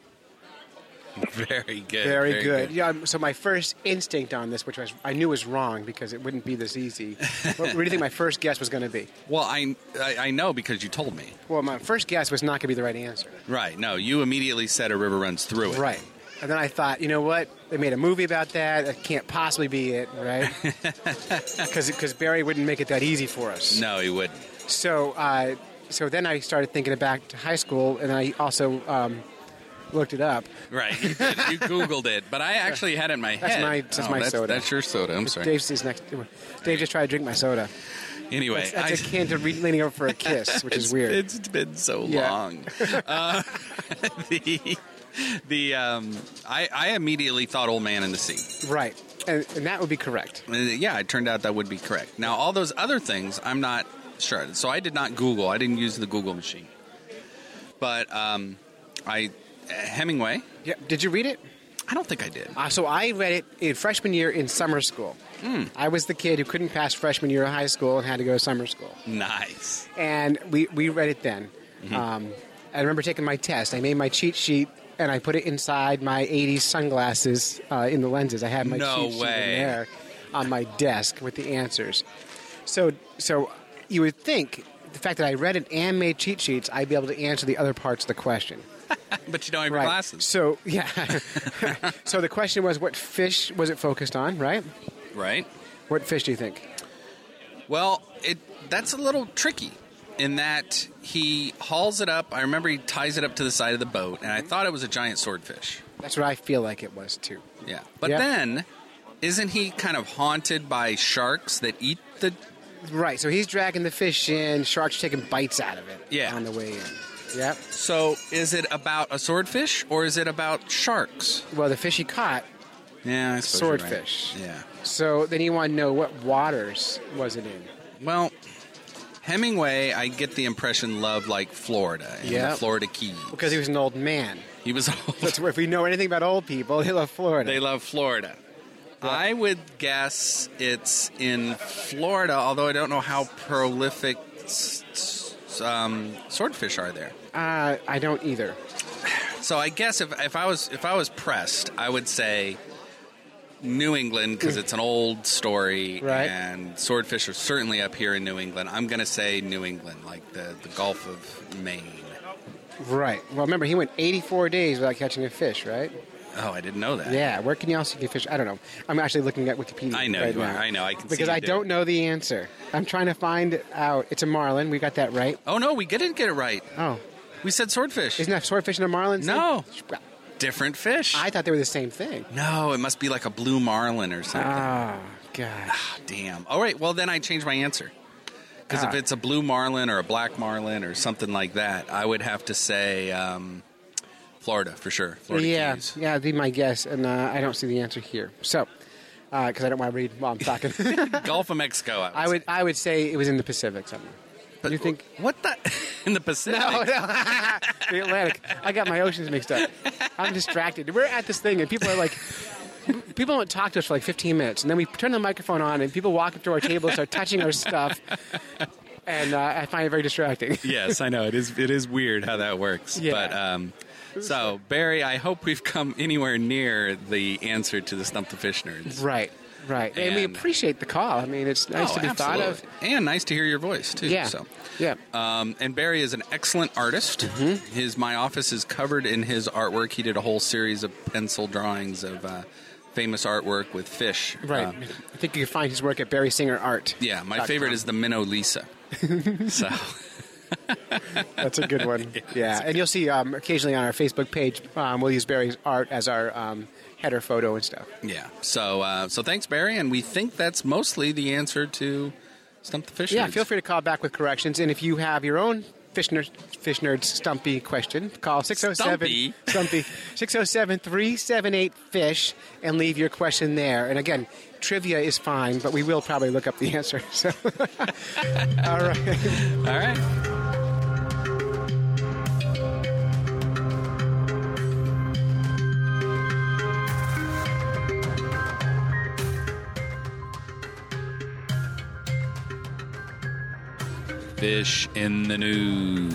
S2: Very good.
S3: Very, good. Yeah. um, So my first instinct on this, which was, I knew was wrong because it wouldn't be this easy. what, what do you think my first guess was going to be?
S2: Well, I, I, I know because you told me.
S3: Well, my first guess was not going to be the right answer.
S2: Right. No, you immediately said a river runs through it.
S3: Right. And then I thought, you know what? They made a movie about that. That can't possibly be it, right? Because Barry wouldn't make it that easy for us.
S2: No, he wouldn't.
S3: So, uh, so then I started thinking back to high school, and I also um, looked it up.
S2: Right. You, did. you Googled it, but I actually had it in my
S3: That's
S2: head.
S3: my- that's
S2: Oh,
S3: my soda.
S2: That's your soda. I'm sorry.
S3: Dave's is next. Dave just tried to drink my soda.
S2: anyway,
S3: that's, that's
S2: I-
S3: akin to re- leaning over for a kiss, which
S2: It's-
S3: is weird.
S2: It's been so
S3: Yeah.
S2: long. uh, the the um, I, I immediately thought Old Man in the Sea.
S3: Right, and, and that would be correct.
S2: Uh, Yeah, it turned out that would be correct. Now, all those other things, I'm not sure. So I did not Google. I didn't use the Google machine. But um, I Hemingway.
S3: Yeah. Did you read it?
S2: I don't think I did.
S3: Uh, so I read it in freshman year in summer school. I was the kid who couldn't pass freshman year of high school and had to go to summer school.
S2: Nice.
S3: And we, we read it then.
S2: Mhm.
S3: Um, I remember taking my test. I made my cheat sheet and I put it inside my 80s sunglasses uh, in the lenses. I had my
S2: No
S3: cheat sheet
S2: way.
S3: in there on my desk with the answers. So, so you would think the fact that I read it and made cheat sheets, I'd be able to answer the other parts of the question.
S2: But you don't have your glasses.
S3: So, yeah. so the question was what fish was it focused on, right?
S2: Right.
S3: What fish do you think?
S2: Well, it that's a little tricky in that he hauls it up. I remember he ties it up to the side of the boat, and I
S3: Mm-hmm.
S2: thought it was a giant swordfish.
S3: That's what I feel like it was too.
S2: Yeah. But
S3: Yeah.
S2: then, isn't he kind of haunted by sharks that eat the?
S3: Right, so he's dragging the fish in, sharks taking bites out of it.
S2: Yeah.
S3: On the way in. Yep.
S2: So is it about a swordfish or is it about sharks?
S3: Well, the fish he caught.
S2: Yeah, I suppose you're right.
S3: Swordfish.
S2: Yeah.
S3: So then you want to know what waters was it in?
S2: Well, Hemingway, I get the impression loved like Florida and
S3: Yeah.
S2: the Florida Keys.
S3: Because he was an old man.
S2: He was
S3: That's where if we know anything about old people, they love Florida.
S2: They love Florida. I would guess it's in Florida, although I don't know how prolific s- s- um, swordfish are there.
S3: Uh, I don't either.
S2: So I guess if, if I was if I was pressed, I would say New England because it's an old story,
S3: Right.
S2: and swordfish are certainly up here in New England. I'm going to say New England, like the, the Gulf of Maine.
S3: Right. Well, remember, he went 84 days without catching a fish, right?
S2: Oh, I didn't know that.
S3: Yeah. Where can you else get fish? I don't know. I'm actually looking at Wikipedia.
S2: I know
S3: right
S2: you are.
S3: now.
S2: I know. I can see
S3: Because
S2: you
S3: I
S2: do.
S3: don't know the answer. I'm trying to find out. It's a marlin. We got that right.
S2: Oh no, we didn't get it right.
S3: Oh.
S2: We said swordfish.
S3: Isn't that swordfish and a marlin? No.
S2: Different fish.
S3: I thought they were the same thing.
S2: No, it must be like a blue marlin or something.
S3: Ah, God.
S2: Damn. All right. Well, then I change my answer. Because if
S3: Ah.
S2: it's a blue marlin or a black marlin or something like that, I would have to say um, Florida for sure. Florida
S3: yeah,
S2: Keys.
S3: yeah, that'd be my guess, and uh, I don't see the answer here. So, because I don't want to read while I'm talking,
S2: Gulf of Mexico. I would
S3: I would I would say it was in the Pacific somewhere.
S2: But you think what the in the Pacific?
S3: No, no, the Atlantic. I got my oceans mixed up. I'm distracted. We're at this thing, and people are like, people don't talk to us for like 15 minutes, and then we turn the microphone on, and people walk up to our table and start touching our stuff, and uh, I find it very distracting.
S2: yes, I know it is. It is weird how that works.
S3: Yeah.
S2: But um, so Barry, I hope we've come anywhere near the answer to the stump the fish nerds.
S3: Right, right, and, we
S2: And-
S3: appreciate the call. I mean, it's nice
S2: Oh,
S3: to be thought of.
S2: absolutely. and nice to hear your voice too.
S3: Yeah.
S2: So.
S3: Yeah. Mm-hmm.
S2: Um, and Barry is an excellent artist. His my office is covered in his artwork. He did a whole series of pencil drawings of uh, famous artwork with fish.
S3: Right.
S2: Um,
S3: I think you can find his work at Barry Singer Art.
S2: yeah, my
S3: Dot
S2: favorite
S3: com.
S2: is the minnow Lisa. so
S3: That's a good one. yeah, and you'll see um, occasionally on our Facebook page, um, we'll use Barry's art as our um, header photo and stuff.
S2: yeah, so uh, so thanks Barry, and we think that's mostly the answer to stump the fish.
S3: yeah,
S2: Nerds.
S3: feel free to call back with corrections, and if you have your own fish nerd, fish nerd stumpy question, call 607
S2: Stumpy?
S3: stumpy oh 378 fish and leave your question there. And again, trivia is fine, but we will probably look up the answer. So, all right.
S2: All right. Fish in the news.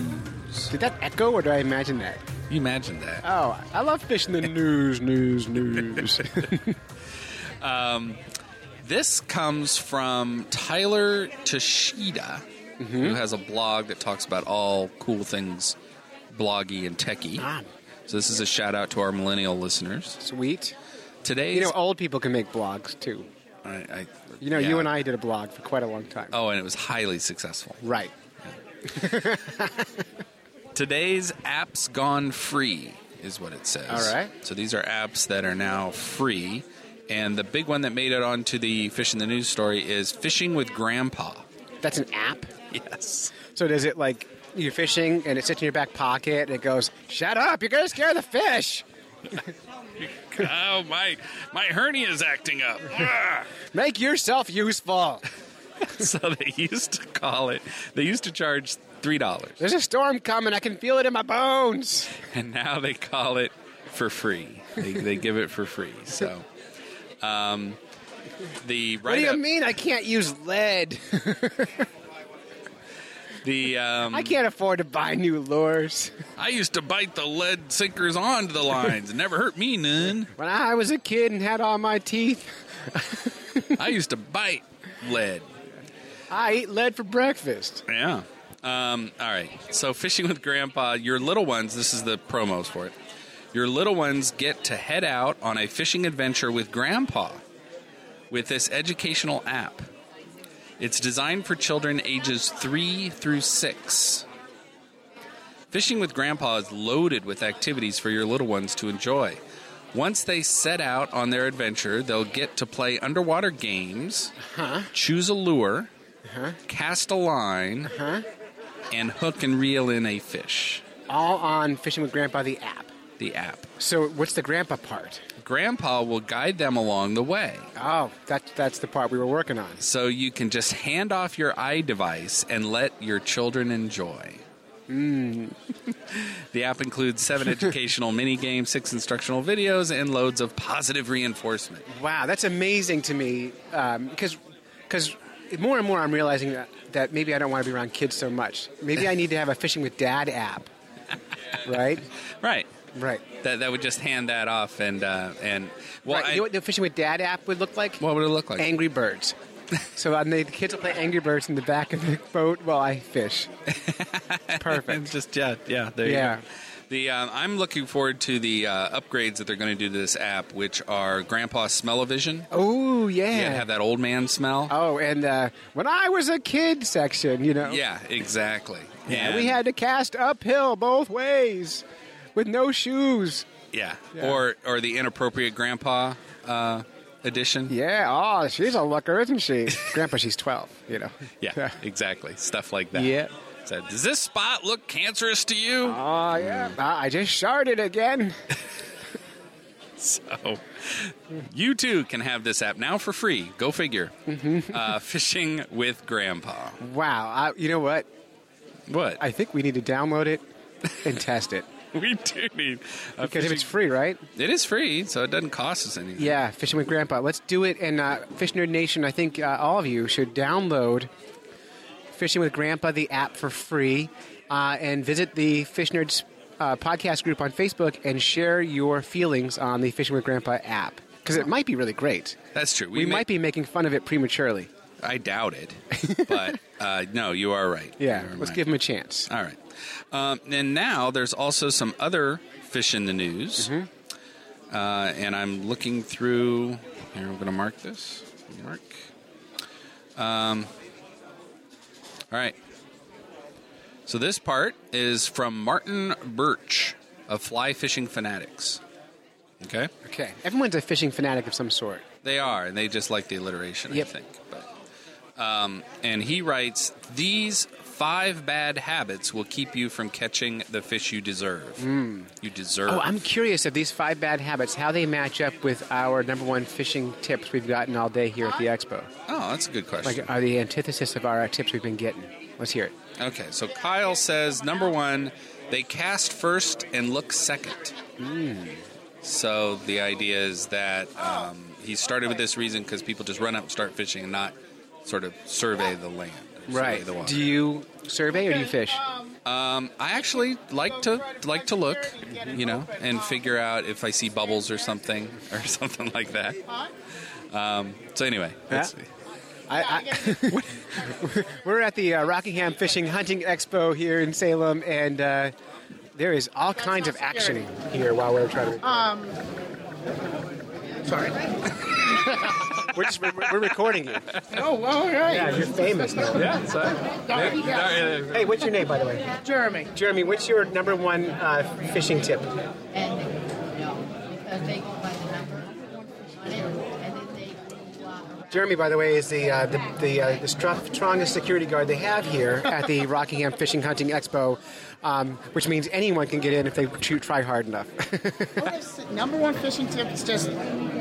S3: Did that echo, or did I imagine that?
S2: You imagined that.
S3: Oh, I love fish in the news, news, news.
S2: Um, this comes from Tyler Toshida,
S3: Mm-hmm.
S2: who has a blog that talks about all cool things bloggy and techie.
S3: Ah.
S2: So this is a shout out to our millennial listeners.
S3: Sweet.
S2: Today's
S3: you know, oh. old people can make blogs too.
S2: I, I,
S3: You know,
S2: yeah.
S3: you and I did a blog for quite a long time.
S2: Oh, and it was highly successful.
S3: Right.
S2: Today's apps gone free is what it says.
S3: All right.
S2: So these are apps that are now free, and the big one that made it onto the fish in the news story is fishing with grandpa.
S3: That's an app.
S2: Yes.
S3: So does it like you're fishing and it sits in your back pocket and it goes, "Shut up! You're gonna scare the fish.
S28: oh my, my hernia's acting up.
S3: Make yourself useful."
S2: so they used to call it. They used to charge three dollars,
S3: There's a storm coming. I can feel it in my bones.
S2: and now they call it for free. They, they give it for free. So, um, The right
S3: What do you mean I can't use lead?
S2: The um,
S3: I can't afford to buy new lures.
S2: I used to bite the lead sinkers onto the lines. It never hurt me none.
S3: When I was a kid and had all my teeth,
S2: I used to bite lead.
S3: I eat lead for breakfast.
S2: Yeah. Um, all right. So fishing with grandpa, your little ones, this is the promos for it. Your little ones get to head out on a fishing adventure with grandpa with this educational app. It's designed for children ages 3 through 6. Fishing with grandpa is loaded with activities for your little ones to enjoy. Once they set out on their adventure, they'll get to play underwater games,
S3: Huh?
S2: choose a lure,
S3: Huh?
S2: cast a line,
S3: Huh?
S2: and hook and reel in a fish.
S3: All on Fishing with Grandpa the app.
S2: The app.
S3: So what's the grandpa part?
S2: Grandpa will guide them along the way.
S3: Oh, that, that's the part we were working on.
S2: So you can just hand off your iDevice and let your children enjoy.
S3: Mm.
S2: The app includes seven educational mini games, six instructional videos, and loads of positive reinforcement.
S3: Wow, that's amazing to me because because more and more I'm realizing that, that maybe I don't want to be around kids so much. Maybe I need to have a Fishing with Dad app, right?
S2: Right.
S3: Right.
S2: That, that would just hand that off and uh, and well,
S3: right.
S2: I-
S3: you know what the Fishing with Dad app would look like?
S2: What would it look like?
S3: Angry Birds. so um, the kids will play Angry Birds in the back of the boat while I fish. Perfect.
S2: just yeah, yeah. There
S3: Yeah.
S2: You go. The um, I'm looking forward to the uh, upgrades that they're going to do to this app, which are Grandpa Smell-O-Vision.
S3: Oh
S2: You
S3: yeah.
S2: gotta have that old man smell.
S3: Oh, and uh, when I was a kid section, you know.
S2: Yeah, exactly.
S3: Oh. Yeah,
S2: And-
S3: we had to cast uphill both ways with no shoes.
S2: yeah.
S3: Yeah.
S2: or or the inappropriate grandpa uh, edition.
S3: Yeah, oh, she's a looker, isn't she? Grandpa, she's 12, you know.
S2: Yeah, exactly. Stuff like that.
S3: Yeah.
S2: So, does this spot look cancerous to you?
S3: Oh, yeah. I I just sharded again.
S2: So, you too can have this app now for free. Go figure.
S3: Mm-hmm.
S2: Uh, fishing with Grandpa.
S3: Wow. I, you know what?
S2: What?
S3: I think we need to download it and test it.
S2: We do need a
S3: Because if
S2: fishing-
S3: it's free, right?
S2: It is free, so it doesn't cost us anything.
S3: Yeah, Fishing with Grandpa. Let's do it. And uh, Fish Nerd Nation, I think uh, all of you should download Fishing with Grandpa, the app for free, uh, and visit the Fish Nerds uh, podcast group on Facebook and share your feelings on the Fishing with Grandpa app. Because it might be really great.
S2: That's true.
S3: We, might be making fun of it prematurely.
S2: I doubt it, but uh, no, you are right.
S3: Yeah, let's give him a chance.
S2: All right. Um, and now there's also some other fish in the news.
S3: Mm-hmm.
S2: Uh, and I'm looking through. Here, I'm going to mark this. Mark. Um, all right. So this part is from Martin Birch of Fly Fishing Fanatics. Okay?
S3: Okay. Everyone's a fishing fanatic of some sort.
S2: They are, and they just like the alliteration,
S3: Yep.
S2: I think. But, um, and he writes, "These five bad habits will keep you from catching the fish you deserve.
S3: Mm.
S2: You deserve."
S3: Oh, I'm curious of these five bad habits, how they match up with our number one fishing tips we've gotten all day here at the expo.
S2: Oh, that's a good question.
S3: Like, uh, are the antithesis of our tips we've been getting? Let's hear it.
S2: Okay, so Kyle says number one, they cast first and look second.
S3: Hmm.
S2: So the idea is that um, he started with this reason because people just run up and start fishing and not sort of survey the land, survey
S3: Right.
S2: the water.
S3: Do you survey or do you fish?
S2: Um, I actually like to like to look, you know, and figure out if I see bubbles or something or something like that. Um, so anyway, that's-
S3: I, I, we're at the uh, Rockingham Fishing Hunting Expo here in Salem, and uh, there is all kinds of action here while we're trying to.
S5: Um,
S3: Sorry. we're, just, we're, we're recording you.
S5: oh, all right.
S3: Yeah, you're famous now. Yeah, uh, so. Hey, what's your name, by the way?
S5: Jeremy.
S3: Jeremy, what's your number one uh, fishing tip? Jeremy, by the way, is the uh, the the, uh, the str- strongest security guard they have here at the Rockingham Fishing Hunting Expo, um, which means anyone can get in if they shoot try hard enough.
S5: Number one fishing tip is just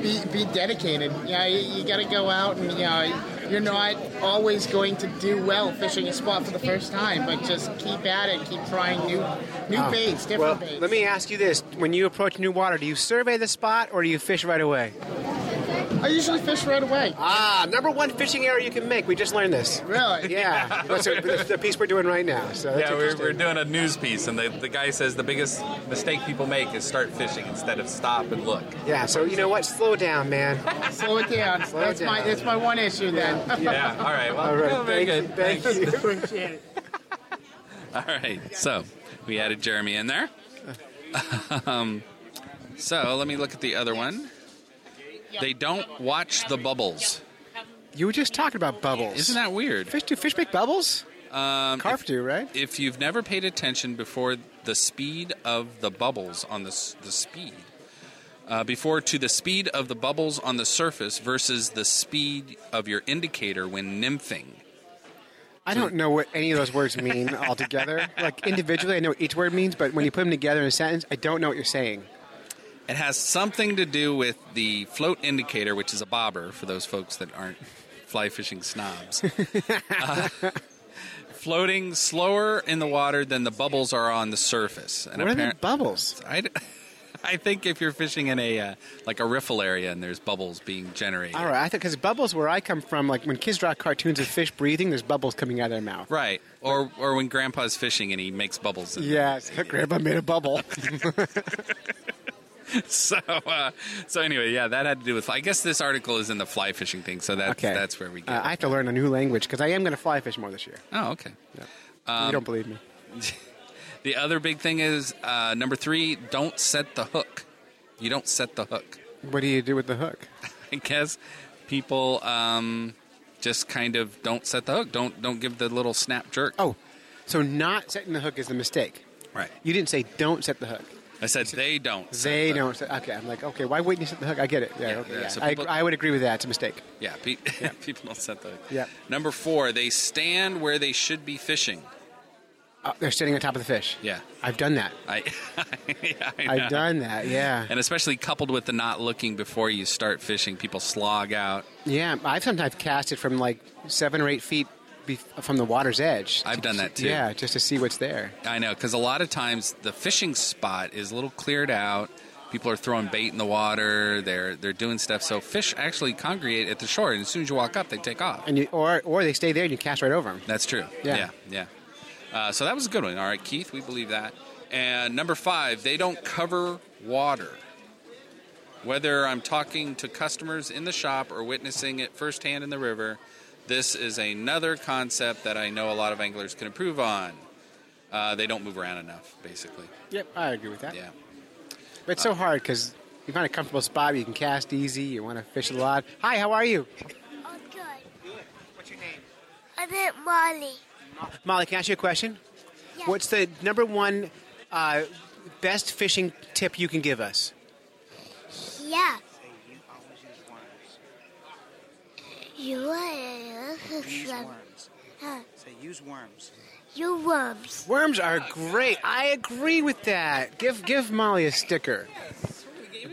S5: be, be dedicated. Yeah, you, you got to go out and you know, you're not always going to do well fishing a spot for the first time, but just keep at it. Keep trying new new
S3: Oh,
S5: baits, different
S3: well,
S5: baits.
S3: Let me ask you this: When you approach new water, do you survey the spot or do you fish right away?
S5: I usually fish right away.
S3: Ah, number one fishing error you can make. We just learned this.
S5: Really?
S3: Yeah. That's a- the, the piece we're doing right now. So that's
S2: yeah, we're,
S3: interesting.
S2: we're doing a news piece, and the, the guy says the biggest mistake people make is start fishing instead of stop and look.
S3: Yeah, so you know what? Slow down, man.
S5: Slow it down.
S3: Slow
S5: that's
S3: it
S5: my
S3: down.
S5: that's my one issue then.
S2: Yeah, all right. Well,
S3: All right,
S2: no, very
S3: thank you,
S2: good.
S3: thank
S2: Thanks.
S3: you.
S5: Appreciate it.
S2: All right, so we added Jeremy in there. Um, so let me look at the other one. They don't watch the bubbles.
S3: You were just talking about bubbles.
S2: Isn't that weird?
S3: Fish do fish make bubbles?
S2: Um,
S3: Carp
S2: if-
S3: do, right?
S2: If you've never paid attention before the speed of the bubbles on the, s- the speed, uh, before to the speed of the bubbles on the surface versus the speed of your indicator when nymphing.
S3: I don't know what any of those words mean altogether. Like individually, I know what each word means, but when you put them together in a sentence, I don't know what you're saying.
S2: It has something to do with the float indicator, which is a bobber for those folks that aren't fly fishing snobs. Uh, floating slower in the water than the bubbles are on the surface. And
S3: What are the
S2: bubbles? I, d- I think if you're fishing in a uh, like a riffle area and there's bubbles being generated.
S3: All right, I think because bubbles where I come from, like when kids draw cartoons of fish breathing, there's bubbles coming out of their mouth.
S2: Right. Or or when grandpa's fishing and he makes bubbles. in
S3: Yes, grandpa made a bubble. Uh,
S2: so uh, so anyway, yeah, that had to do with I guess this article is in the fly fishing thing, so that's
S3: Okay.
S2: that's where we get.
S3: Uh, I have to learn a new language because I am going to fly fish more this year.
S2: oh, okay.
S3: you don't believe me?
S2: Um, The other big thing is uh, number three: don't set the hook. You don't set the hook.
S3: What do you do with the hook?
S2: I guess people um, just kind of don't set the hook. Don't don't give the little snap jerk.
S3: Oh, so not setting the hook is the mistake.
S2: Right.
S3: You didn't say don't set the hook.
S2: I said they don't. set
S3: They
S2: the-
S3: don't. Set, okay, I'm like, okay, why wouldn't you set the hook? I get it. Yeah, okay,
S2: yeah,
S3: yeah.
S2: so
S3: I,
S2: people-
S3: I would agree with that. It's a mistake.
S2: Yeah, pe- people don't set the hook.
S3: Yeah.
S2: Number four: they stand where they should be fishing.
S3: Uh, they're standing on top of the fish.
S2: Yeah.
S3: I've done that.
S2: I, yeah, I
S3: I've
S2: know.
S3: done that, yeah.
S2: And especially coupled with the not looking before you start fishing, people slog out.
S3: Yeah, I've sometimes cast it from like seven or eight feet be- from the water's edge.
S2: I've done that too.
S3: Yeah, just to see what's there.
S2: I know, because a lot of times the fishing spot is a little cleared out. People are throwing bait in the water. They're they're doing stuff. So fish actually congregate at the shore, and as soon as you walk up, they take off.
S3: And you, or or they stay there and you cast right over them.
S2: That's true.
S3: Yeah.
S2: yeah. yeah. Uh, so that was a good one. All right, Keith, we believe that. And number five, they don't cover water. Whether I'm talking to customers in the shop or witnessing it firsthand in the river, this is another concept that I know a lot of anglers can improve on. Uh, they don't move around enough, basically.
S3: Yep, I agree with that.
S2: Yeah. Uh,
S3: But it's so hard because you find a comfortable spot where you can cast easy. You want to fish a lot. Hi, how are you?
S6: What's your name? I'm at Molly.
S3: Molly, can I ask you a question? What's the number one uh, best fishing tip you can give us?
S6: Yeah. You are worms. Huh.
S8: Say use worms.
S6: You worms.
S3: Worms are great. I agree with that. Give give Molly a sticker.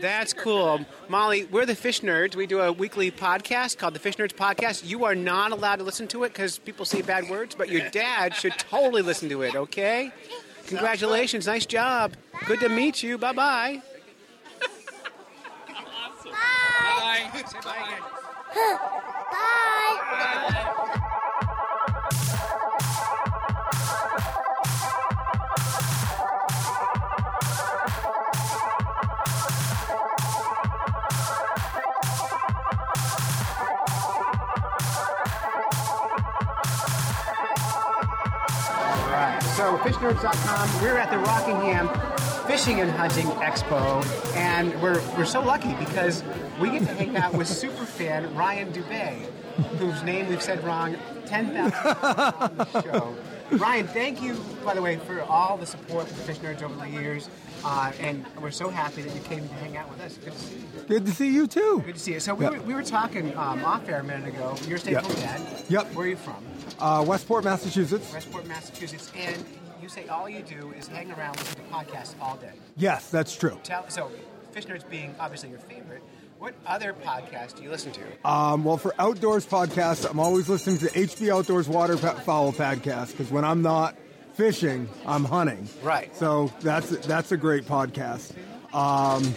S3: That's cool. Molly, we're the Fish Nerds. We do a weekly podcast called the Fish Nerds Podcast. You are not allowed to listen to it because people say bad words, but your dad should totally listen to it, okay? Congratulations. Nice job. Good to meet you. Bye bye.
S6: Bye. Huh. Bye.
S3: Right. So, fishnerds.com, we're at the Rockingham Fishing and Hunting Expo, and we're, we're so lucky because we get to hang out with super fan Ryan Dubay, whose name we've said wrong 10,000 times on the show. Ryan, thank you, by the way, for all the support for Fish Nerds over the years, uh, and we're so happy that you came to hang out with us. Good to see you.
S9: Good to see you too.
S3: Good to see you. So, we,
S9: Yeah.
S3: were, we were talking um, off air a minute ago. You're staying
S9: Yeah.
S3: home, Dad.
S9: Yep.
S3: Where are you from?
S9: Uh, Westport, Massachusetts.
S3: Westport, Massachusetts, and you say all you do is hang around listening to podcasts all day.
S9: Yes, that's true.
S3: Tell, so, Fish Nerds being obviously your favorite, what other podcast do you listen to?
S9: Um, well, for outdoors podcasts, I'm always listening to HB Outdoors Waterfowl podcast because when I'm not fishing, I'm hunting.
S3: Right.
S9: So that's that's a great podcast. Um,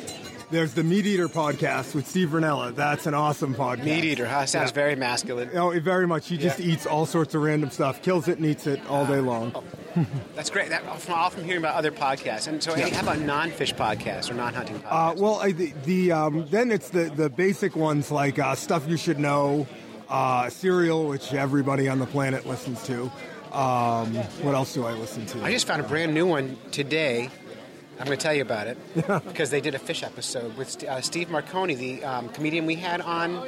S9: There's the Meat Eater podcast with Steve Ranella. That's an awesome podcast.
S3: Meat eater, huh? Sounds very masculine.
S9: Oh, it very much. He just eats all sorts of random stuff, kills it and eats it all day long.
S3: That's great. That, from, all from hearing about other podcasts. And so, hey, how about non-fish podcasts or non-hunting podcasts?
S9: Uh, well, I, the, the um, then it's the the basic ones like uh, stuff you should know, uh, Serial, which everybody on the planet listens to. Um, what else do I listen to?
S3: I just found a brand new one today. I'm going to tell you about it because they did a fish episode with uh, Steve Marconi, the um, comedian we had on.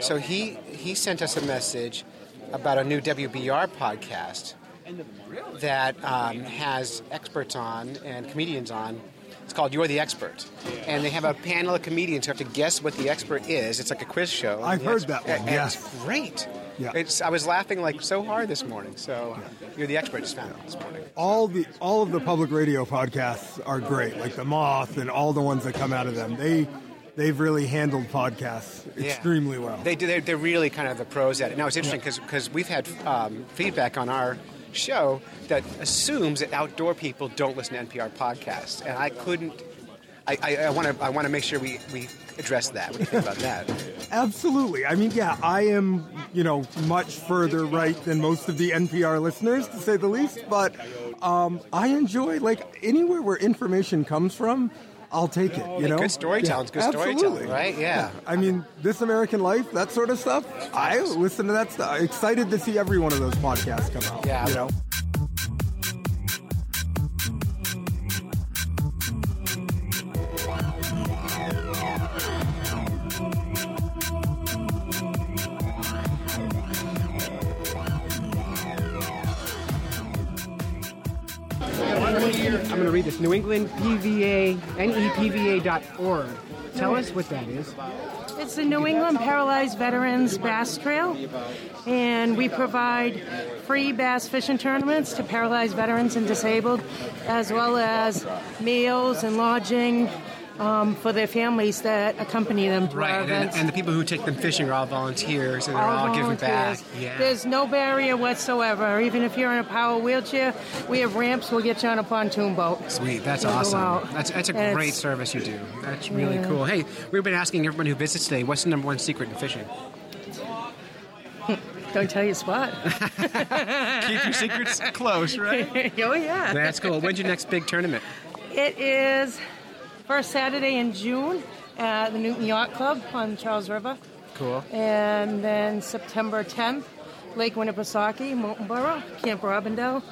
S3: So he he sent us a message about a new WBR podcast that um, has experts on and comedians on. It's called You're the Expert. And they have a panel of comedians who have to guess what the expert is. It's like a quiz show.
S9: I've
S3: The
S9: heard
S3: expert-
S9: that one,
S3: and It's
S9: yes.
S3: great.
S9: Yeah.
S3: It's, I was laughing like so hard this morning. So You're the Expert is found this morning.
S9: all the all of the public radio podcasts are great, like the Moth and all the ones that come out of them. They they've really handled podcasts
S3: Yeah.
S9: extremely well.
S3: They do. They're, they're really kind of the pros at it. Now it's interesting because we've had um, feedback on our show that assumes that outdoor people don't listen to NPR podcasts, and I couldn't. I want to. I want to make sure we we address that. What do you think about that?
S9: Absolutely. I mean, yeah, I am, you know, much further right than most of the NPR listeners, to say the least. But um, I enjoy like anywhere where information comes from, I'll take it. You know,
S3: Good storytelling.
S9: Yeah,
S3: Good storytelling.
S9: absolutely.
S3: Right? Yeah.
S9: I mean, This American Life, that sort of stuff. I listen to that stuff. Excited to see every one of those podcasts come out.
S3: Yeah.
S9: You know.
S8: I'm going to read this. New England PVA, E NEPVA.org. Tell us what that is.
S10: It's the New England Paralyzed Veterans Bass Trail, and we provide free bass fishing tournaments to paralyzed veterans and disabled, as well as meals and lodging um, for their families that accompany them to
S3: Right.
S10: our
S3: And, and,
S10: events.
S3: and the people who take them fishing are all volunteers, and they're all,
S10: All
S3: giving back.
S10: volunteers.
S3: Yeah.
S10: There's no barrier whatsoever. Even if you're in a power wheelchair, we have ramps. We'll get you on a pontoon boat.
S3: Sweet, that's
S10: We'll go
S3: awesome.
S10: out.
S3: That's, that's a
S10: And it's-
S3: great service you do. That's really
S10: Yeah.
S3: cool. Hey, we've been asking everyone who visits today, what's the number one secret in fishing?
S10: Don't tell your spot. Keep
S3: your secrets close, right?
S10: oh, yeah.
S3: That's cool. When's your next big tournament?
S10: It is first Saturday in June at the Newton Yacht Club on Charles River.
S3: Cool.
S10: And then September 10th, Lake Winnipesaukee, Moultonboro, Camp Robindale.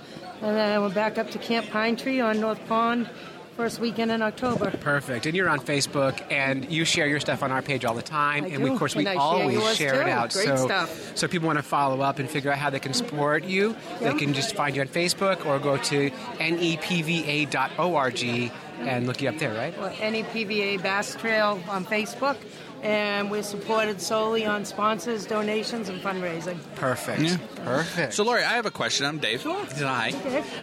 S10: And then we're back up to Camp Pine Tree on North Pond, first weekend in October.
S3: Perfect. And you're on Facebook, and you share your stuff on our page all the time.
S10: I
S3: and we, of
S10: do,
S3: course, we
S10: and I share
S3: always
S10: yours
S3: share it
S10: too.
S3: out.
S10: Great
S3: so,
S10: stuff.
S3: so people want to follow up and figure out how they can support you.
S10: Yeah.
S3: They can just find you on Facebook or go to E nepva.org and look you up there, right?
S10: Well, any PVA Bass Trail on Facebook. And we're supported solely on sponsors, donations, and fundraising.
S3: Perfect. Perfect.
S2: So, Lori, I have a question. I'm Dave. Hi.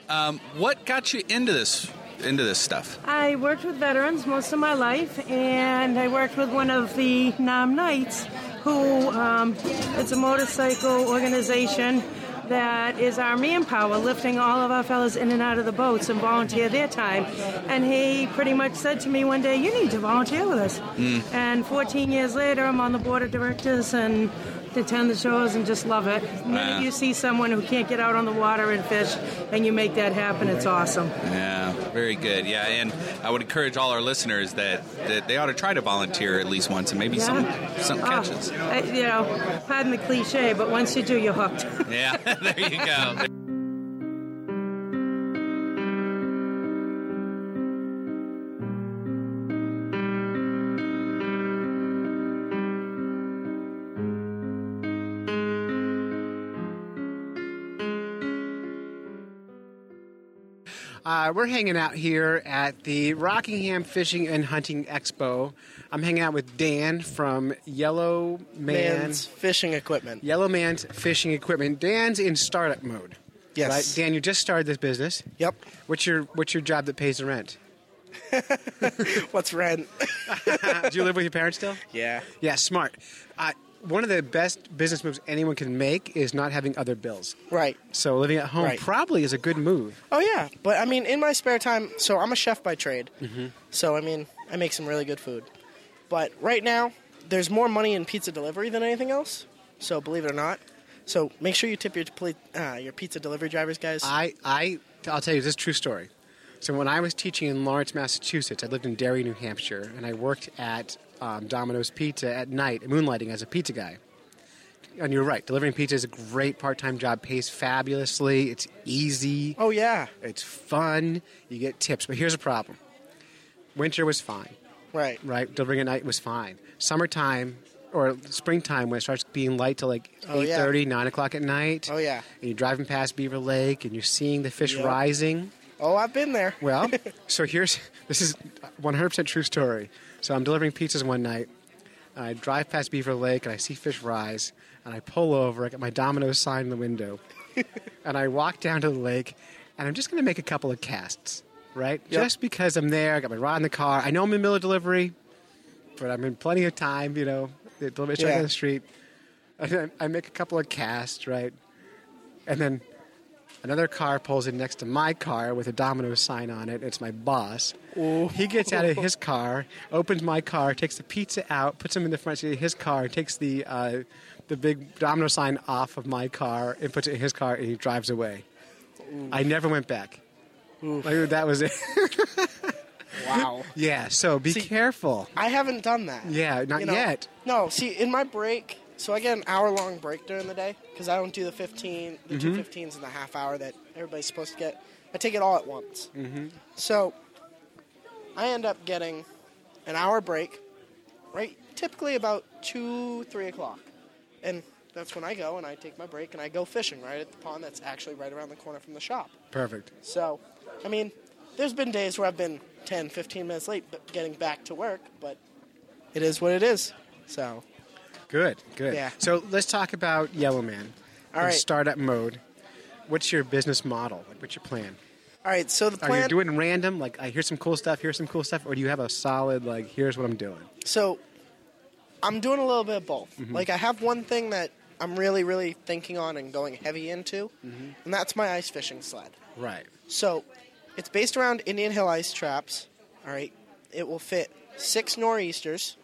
S2: Um, what got you into this into this stuff?
S10: I worked with veterans most of my life, and I worked with one of the NAM Knights, who um, it's a motorcycle organization that is our manpower, lifting all of our fellas in and out of the boats and volunteer their time. And he pretty much said to me one day, "You need to volunteer with us." And 14 years later, I'm on the board of directors and attend the shows and just love it. The minute
S2: Wow.
S10: you see someone who can't get out on the water and fish, and you make that happen, it's awesome.
S2: Yeah, very good. Yeah, and I would encourage all our listeners that, that they ought to try to volunteer at least once, and maybe some some
S3: Uh.
S10: Oh,
S2: catches.
S10: I- you know, pardon the cliche, but once you do, you're hooked.
S2: Yeah, there you go.
S3: Uh, we're hanging out here at the Rockingham Fishing and Hunting Expo. I'm hanging out with Dan from Yellow Man
S11: Man's fishing equipment.
S3: Yellow Man's Fishing Equipment. Dan's in startup mode.
S11: Yes.
S3: Right? Dan, you just started this business.
S11: Yep.
S3: What's your What's your job that pays the rent?
S11: What's rent?
S3: Do you live with your parents still?
S11: Yeah.
S3: Yeah, smart. Uh, one of the best business moves anyone can make is not having other bills.
S11: Right.
S3: So living at home
S11: Right.
S3: probably is a good move.
S11: Oh yeah, but I mean, in my spare time, so I'm a chef by trade.
S3: Mhm.
S11: So I mean, I make some really good food. But right now, there's more money in pizza delivery than anything else. So believe it or not. So make sure you tip your pli- uh, your pizza delivery drivers, guys.
S3: I, I, I'll tell you this is a true story. So when I was teaching in Lawrence, Massachusetts, I lived in Derry, New Hampshire, and I worked at um, Domino's Pizza at night, moonlighting as a pizza guy. And you're right, delivering pizza is a great part-time job. Pays fabulously. It's easy.
S11: Oh yeah,
S3: it's fun. You get tips, but here's a problem. Winter was fine.
S11: Right.
S3: Right. Delivering at night was fine. Summertime or springtime when it starts being light till like
S11: Oh,
S3: eight
S11: yeah.
S3: thirty, nine 9 o'clock at night.
S11: Oh, yeah.
S3: And you're driving past Beaver Lake and you're seeing the fish
S11: Yep.
S3: rising.
S11: Oh, I've been there.
S3: Well, so here's this is 100% true story. So I'm delivering pizzas one night. And I drive past Beaver Lake and I see fish rise. And I pull over. I got my Domino's sign in the window. and I walk down to the lake. And I'm just going to make a couple of casts, right?
S1: Yep.
S3: Just because I'm there. I got my rod in the car. I know I'm in the middle of delivery, but I'm in plenty of time, you know. The delivery truck
S1: Yeah.
S3: on the street. And then I make a couple of casts, right? And then Another car pulls in next to my car with a domino sign on it. It's my boss. He gets out of his car, opens my car, takes the pizza out, puts him in the front seat of his car, takes the uh, the big domino sign off of my car, and puts it in his car, and he drives away. I never went back. Like, that was it.
S11: wow.
S3: yeah. So be careful.
S11: I haven't done that.
S3: Yeah, Uh, not
S11: you know?
S3: yet.
S11: No, see, in my break, so I get an hour long break during the day because I don't do the 15, the
S3: Mhm.
S11: two 15s and the half hour that everybody's supposed to get. I take it all at once.
S3: Mm-hmm.
S11: So I end up getting an hour break, right? Typically about 2, 3 o'clock. And that's when I go and I take my break and I go fishing right at the pond that's actually right around the corner from the shop.
S3: Perfect.
S11: So, I mean, there's been days where I've been 10, 15 minutes late but getting back to work, but it is what it is. So,
S3: Good. Good.
S11: Yeah.
S3: So let's talk about Yellow Man.
S11: All
S3: in
S11: right.
S3: Startup mode. What's your business model? Like, what's your plan?
S11: all right, so the
S3: Are you
S11: plan.
S3: Oh, doing random? Like, I hear some cool stuff, here's some cool stuff, or do you have a solid, like, here's what I'm doing?
S11: so, I'm doing a little bit of both.
S3: Mhm.
S11: Like, I have one thing that I'm really, really thinking on and going heavy into,
S6: Mm-hmm.
S11: and that's my ice fishing sled.
S3: Right.
S11: So, it's based around Indian Hill ice traps. All right, it will fit six nor'easters.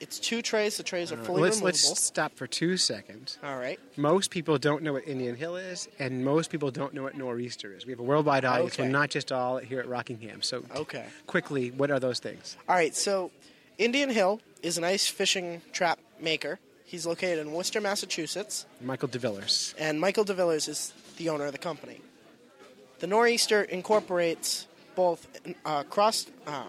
S11: It's two trays. The trays are
S3: All right,
S11: fully
S3: Uh, let's,
S11: removable.
S3: let's stop for two seconds.
S11: All right.
S3: Most people don't know what Indian Hill is, and most people don't know what Nor'easter is. We have a worldwide audience.
S11: Okay.
S3: We're not just all here at Rockingham. So,
S11: Okay.
S3: quickly, what are those things?
S11: All right, so Indian Hill is an ice fishing trap maker. He's located in Worcester, Massachusetts,
S3: Michael DeVillers.
S11: and Michael DeVillers is the owner of the company. The Nor'easter incorporates both uh, cross. Uh,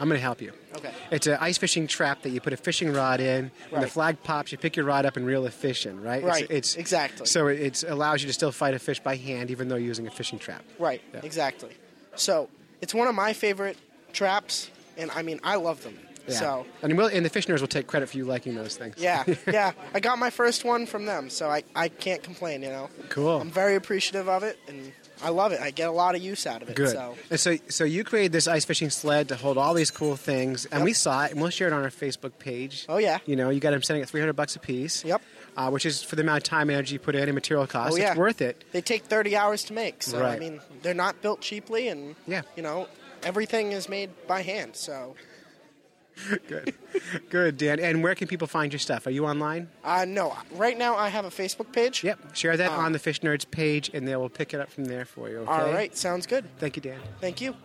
S3: I'm going to help you.
S11: okay.
S3: It's an ice fishing trap that you put a fishing rod in. When the
S11: Right.
S3: flag pops, you pick your rod up and reel a fish in, right?
S11: Right,
S3: It's, it's
S11: exactly.
S3: So it it's, allows you to still fight a fish by hand, even though you're using a fishing trap.
S11: Right,
S3: Yeah.
S11: exactly. So it's one of my favorite traps, and I mean, I love them.
S3: Yeah.
S11: So,
S3: and we'll, and the fish nerds will take credit for you liking those things.
S11: yeah, yeah. I got my first one from them, so I, I can't complain, you know.
S3: Cool.
S11: I'm very appreciative of it, and I love it. I get a lot of use out of it.
S3: Good.
S11: So.
S3: And so, so you created this ice fishing sled to hold all these cool things, and we saw it, and we'll share it on our Facebook page.
S11: Oh yeah.
S3: You know, you got them selling at three hundred bucks a piece. Yep. Uh, which is for the amount of time, energy you put in, and material cost.
S11: Oh, yeah.
S3: It's worth it.
S11: They take 30 hours to make, so I
S3: Right.
S11: mean, they're not built cheaply, and
S3: Yeah.
S11: you know, everything is made by hand. So,
S3: Good. Good, Dan. And where can people find your stuff? Are you online?
S11: uh, no, right now I have a Facebook page.
S3: Yep. Share that
S11: Um,
S3: on the Fish Nerds page, and they will pick it up from there for you. Okay?
S11: All right, sounds good.
S3: Thank you, Dan.
S11: Thank you.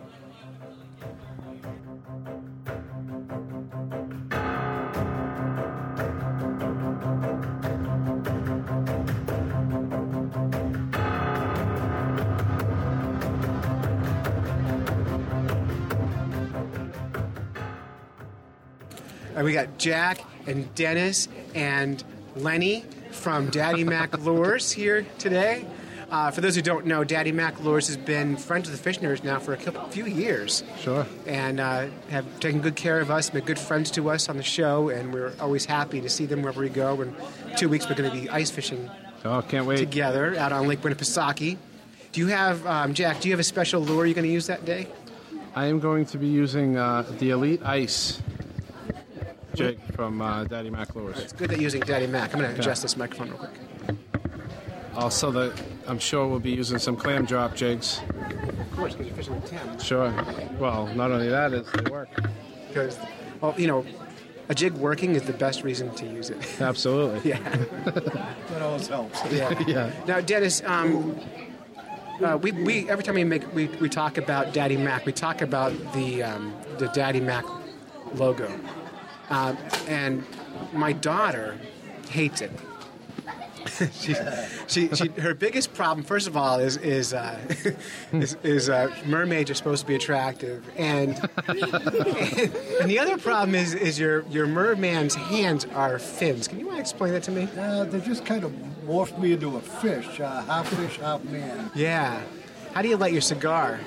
S3: And we got Jack and Dennis and Lenny from Daddy Mac Lures here today. Uh, for those who don't know, Daddy Mac Lures has been friends with the Fish Nerds now for a couple, few years.
S19: Sure.
S3: And uh, have taken good care of us, been good friends to us on the show, and we're always happy to see them wherever we go. In two weeks, we're going to be ice fishing
S19: Oh, can't wait.
S3: together out on Lake Winnipesaukee. Do you have, um, Jack, do you have a special lure you're going to use that day?
S19: I am going to be using uh, the Elite Ice jig from uh, Daddy Mac Lures.
S3: It's good that you're using Daddy Mac. I'm going to
S19: Okay.
S3: adjust this microphone real quick.
S19: Also, the, I'm sure we'll be using some clam drop jigs.
S3: Of course, because you're fishing with Tim.
S19: Sure. Well, not only that, it's they work.
S3: Because, well, you know, a jig working is the best reason to use it.
S19: Absolutely.
S3: yeah.
S1: That always helps.
S3: Yeah. Now, Dennis, um, uh, we, we every time we make we, we talk about Daddy Mac, we talk about the um, the Daddy Mac logo, um, and my daughter hates it. she, she, she, her biggest problem, first of all, is is uh, is, is uh, mermaids are supposed to be attractive, and and the other problem is is your your merman's hands are fins. Can you want to explain that to me?
S1: Uh, they just kind of morphed me into a fish, uh, half fish, half man.
S3: Yeah. How do you light your cigar?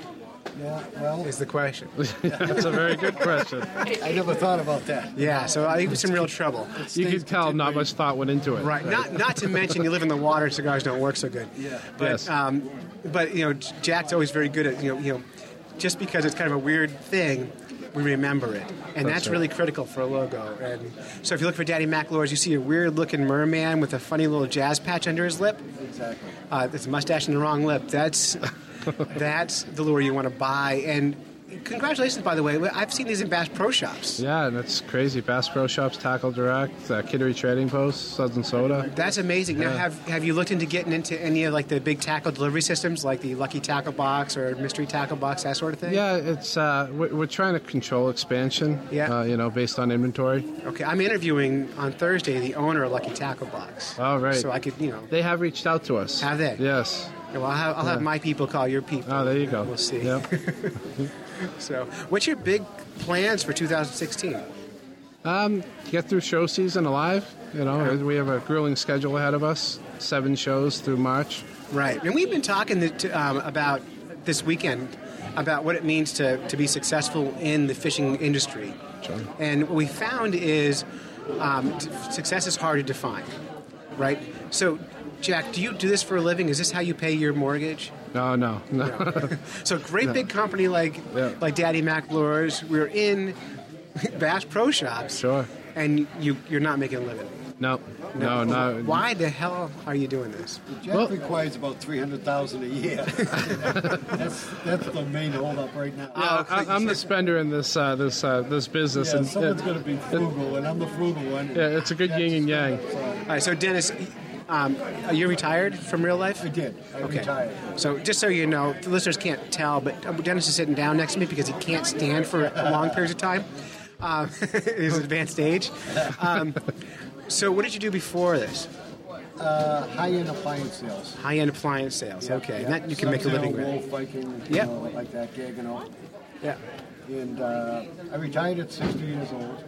S1: Yeah, well,
S3: Is the question.
S19: That's a very good question.
S1: I never thought about that.
S3: Yeah, so I think it's in real trouble.
S19: You could tell not much thought went into it.
S3: Right. Not not to mention you live in the water, cigars don't work so good. Yeah. But
S19: Yes.
S3: um, but you know, J- Jack's always very good at you know you know, just because it's kind of a weird thing, we remember it, and
S19: That's
S3: that's,
S19: right.
S3: really critical for a logo. And so if you look for Daddy Mac Lures, you see a weird looking merman with a funny little jazz patch under his lip.
S1: Exactly.
S3: Uh, it's a mustache and the wrong lip. That's that's the lure you want to buy. And congratulations, by the way. I've seen these in Bass Pro Shops.
S19: Yeah, and that's crazy. Bass Pro Shops, Tackle Direct, uh, Kittery Trading Post, Suds and Soda.
S3: That's amazing. Now,
S19: Yeah.
S3: have have you looked into getting into any of like the big tackle delivery systems, like the Lucky Tackle Box or Mystery Tackle Box, that sort of thing?
S19: Yeah, it's uh, we- we're trying to control expansion.
S3: Yeah.
S19: Uh, you know, based on inventory.
S3: Okay, I'm interviewing on Thursday the owner of Lucky Tackle Box.
S19: All right.
S3: So I could, you know,
S19: They have reached out to us.
S3: Have they?
S19: Yes.
S3: well, I'll have, I'll have
S19: Yeah.
S3: my people call your people.
S19: Oh, there you go.
S3: We'll see.
S19: Yep.
S3: so, what's your big plans for 2016?
S19: Um, get through show season alive. You know, we have a grueling schedule ahead of us. Seven shows through March.
S3: Right. And we've been talking that, um, about this weekend about what it means to, to be successful in the fishing industry.
S19: Sure.
S3: And what we found is um, t- success is hard to define, right? So, Jack, do you do this for a living? Is this how you pay your mortgage?
S19: No, no, no.
S3: So, great
S19: No.
S3: big company like
S19: Yeah.
S3: like Daddy Mac Lures, we're in Bass Pro Shops,
S19: sure.
S3: and you you're not making a living.
S19: No, no, no.
S3: Why the hell are you doing this?
S1: The Jack requires about 300000 a year. that's, that's the main holdup right now.
S3: Oh,
S19: Yeah, I, I'm the spender in this uh, this uh, this business,
S1: Yeah,
S19: and
S1: someone's
S19: it-
S1: going to be frugal, and I'm the frugal one.
S19: yeah, it's a good yin and yang.
S3: All right, so Dennis, um, are you retired from real life? I
S1: did. I retired.
S3: So just so you know, the listeners can't tell, but uh, Dennis is sitting down next to me because he can't stand for long periods of time. Um, his advanced age. Um, so what did you do before this?
S1: Uh, high-end appliance sales.
S3: High-end appliance sales. Okay, and that you can make a living
S1: Sub-Zero,
S3: with.
S1: Wolf, Viking, you
S3: Yep.
S1: know, like that gig and all.
S3: Yeah.
S1: And uh, I retired at 60 years old.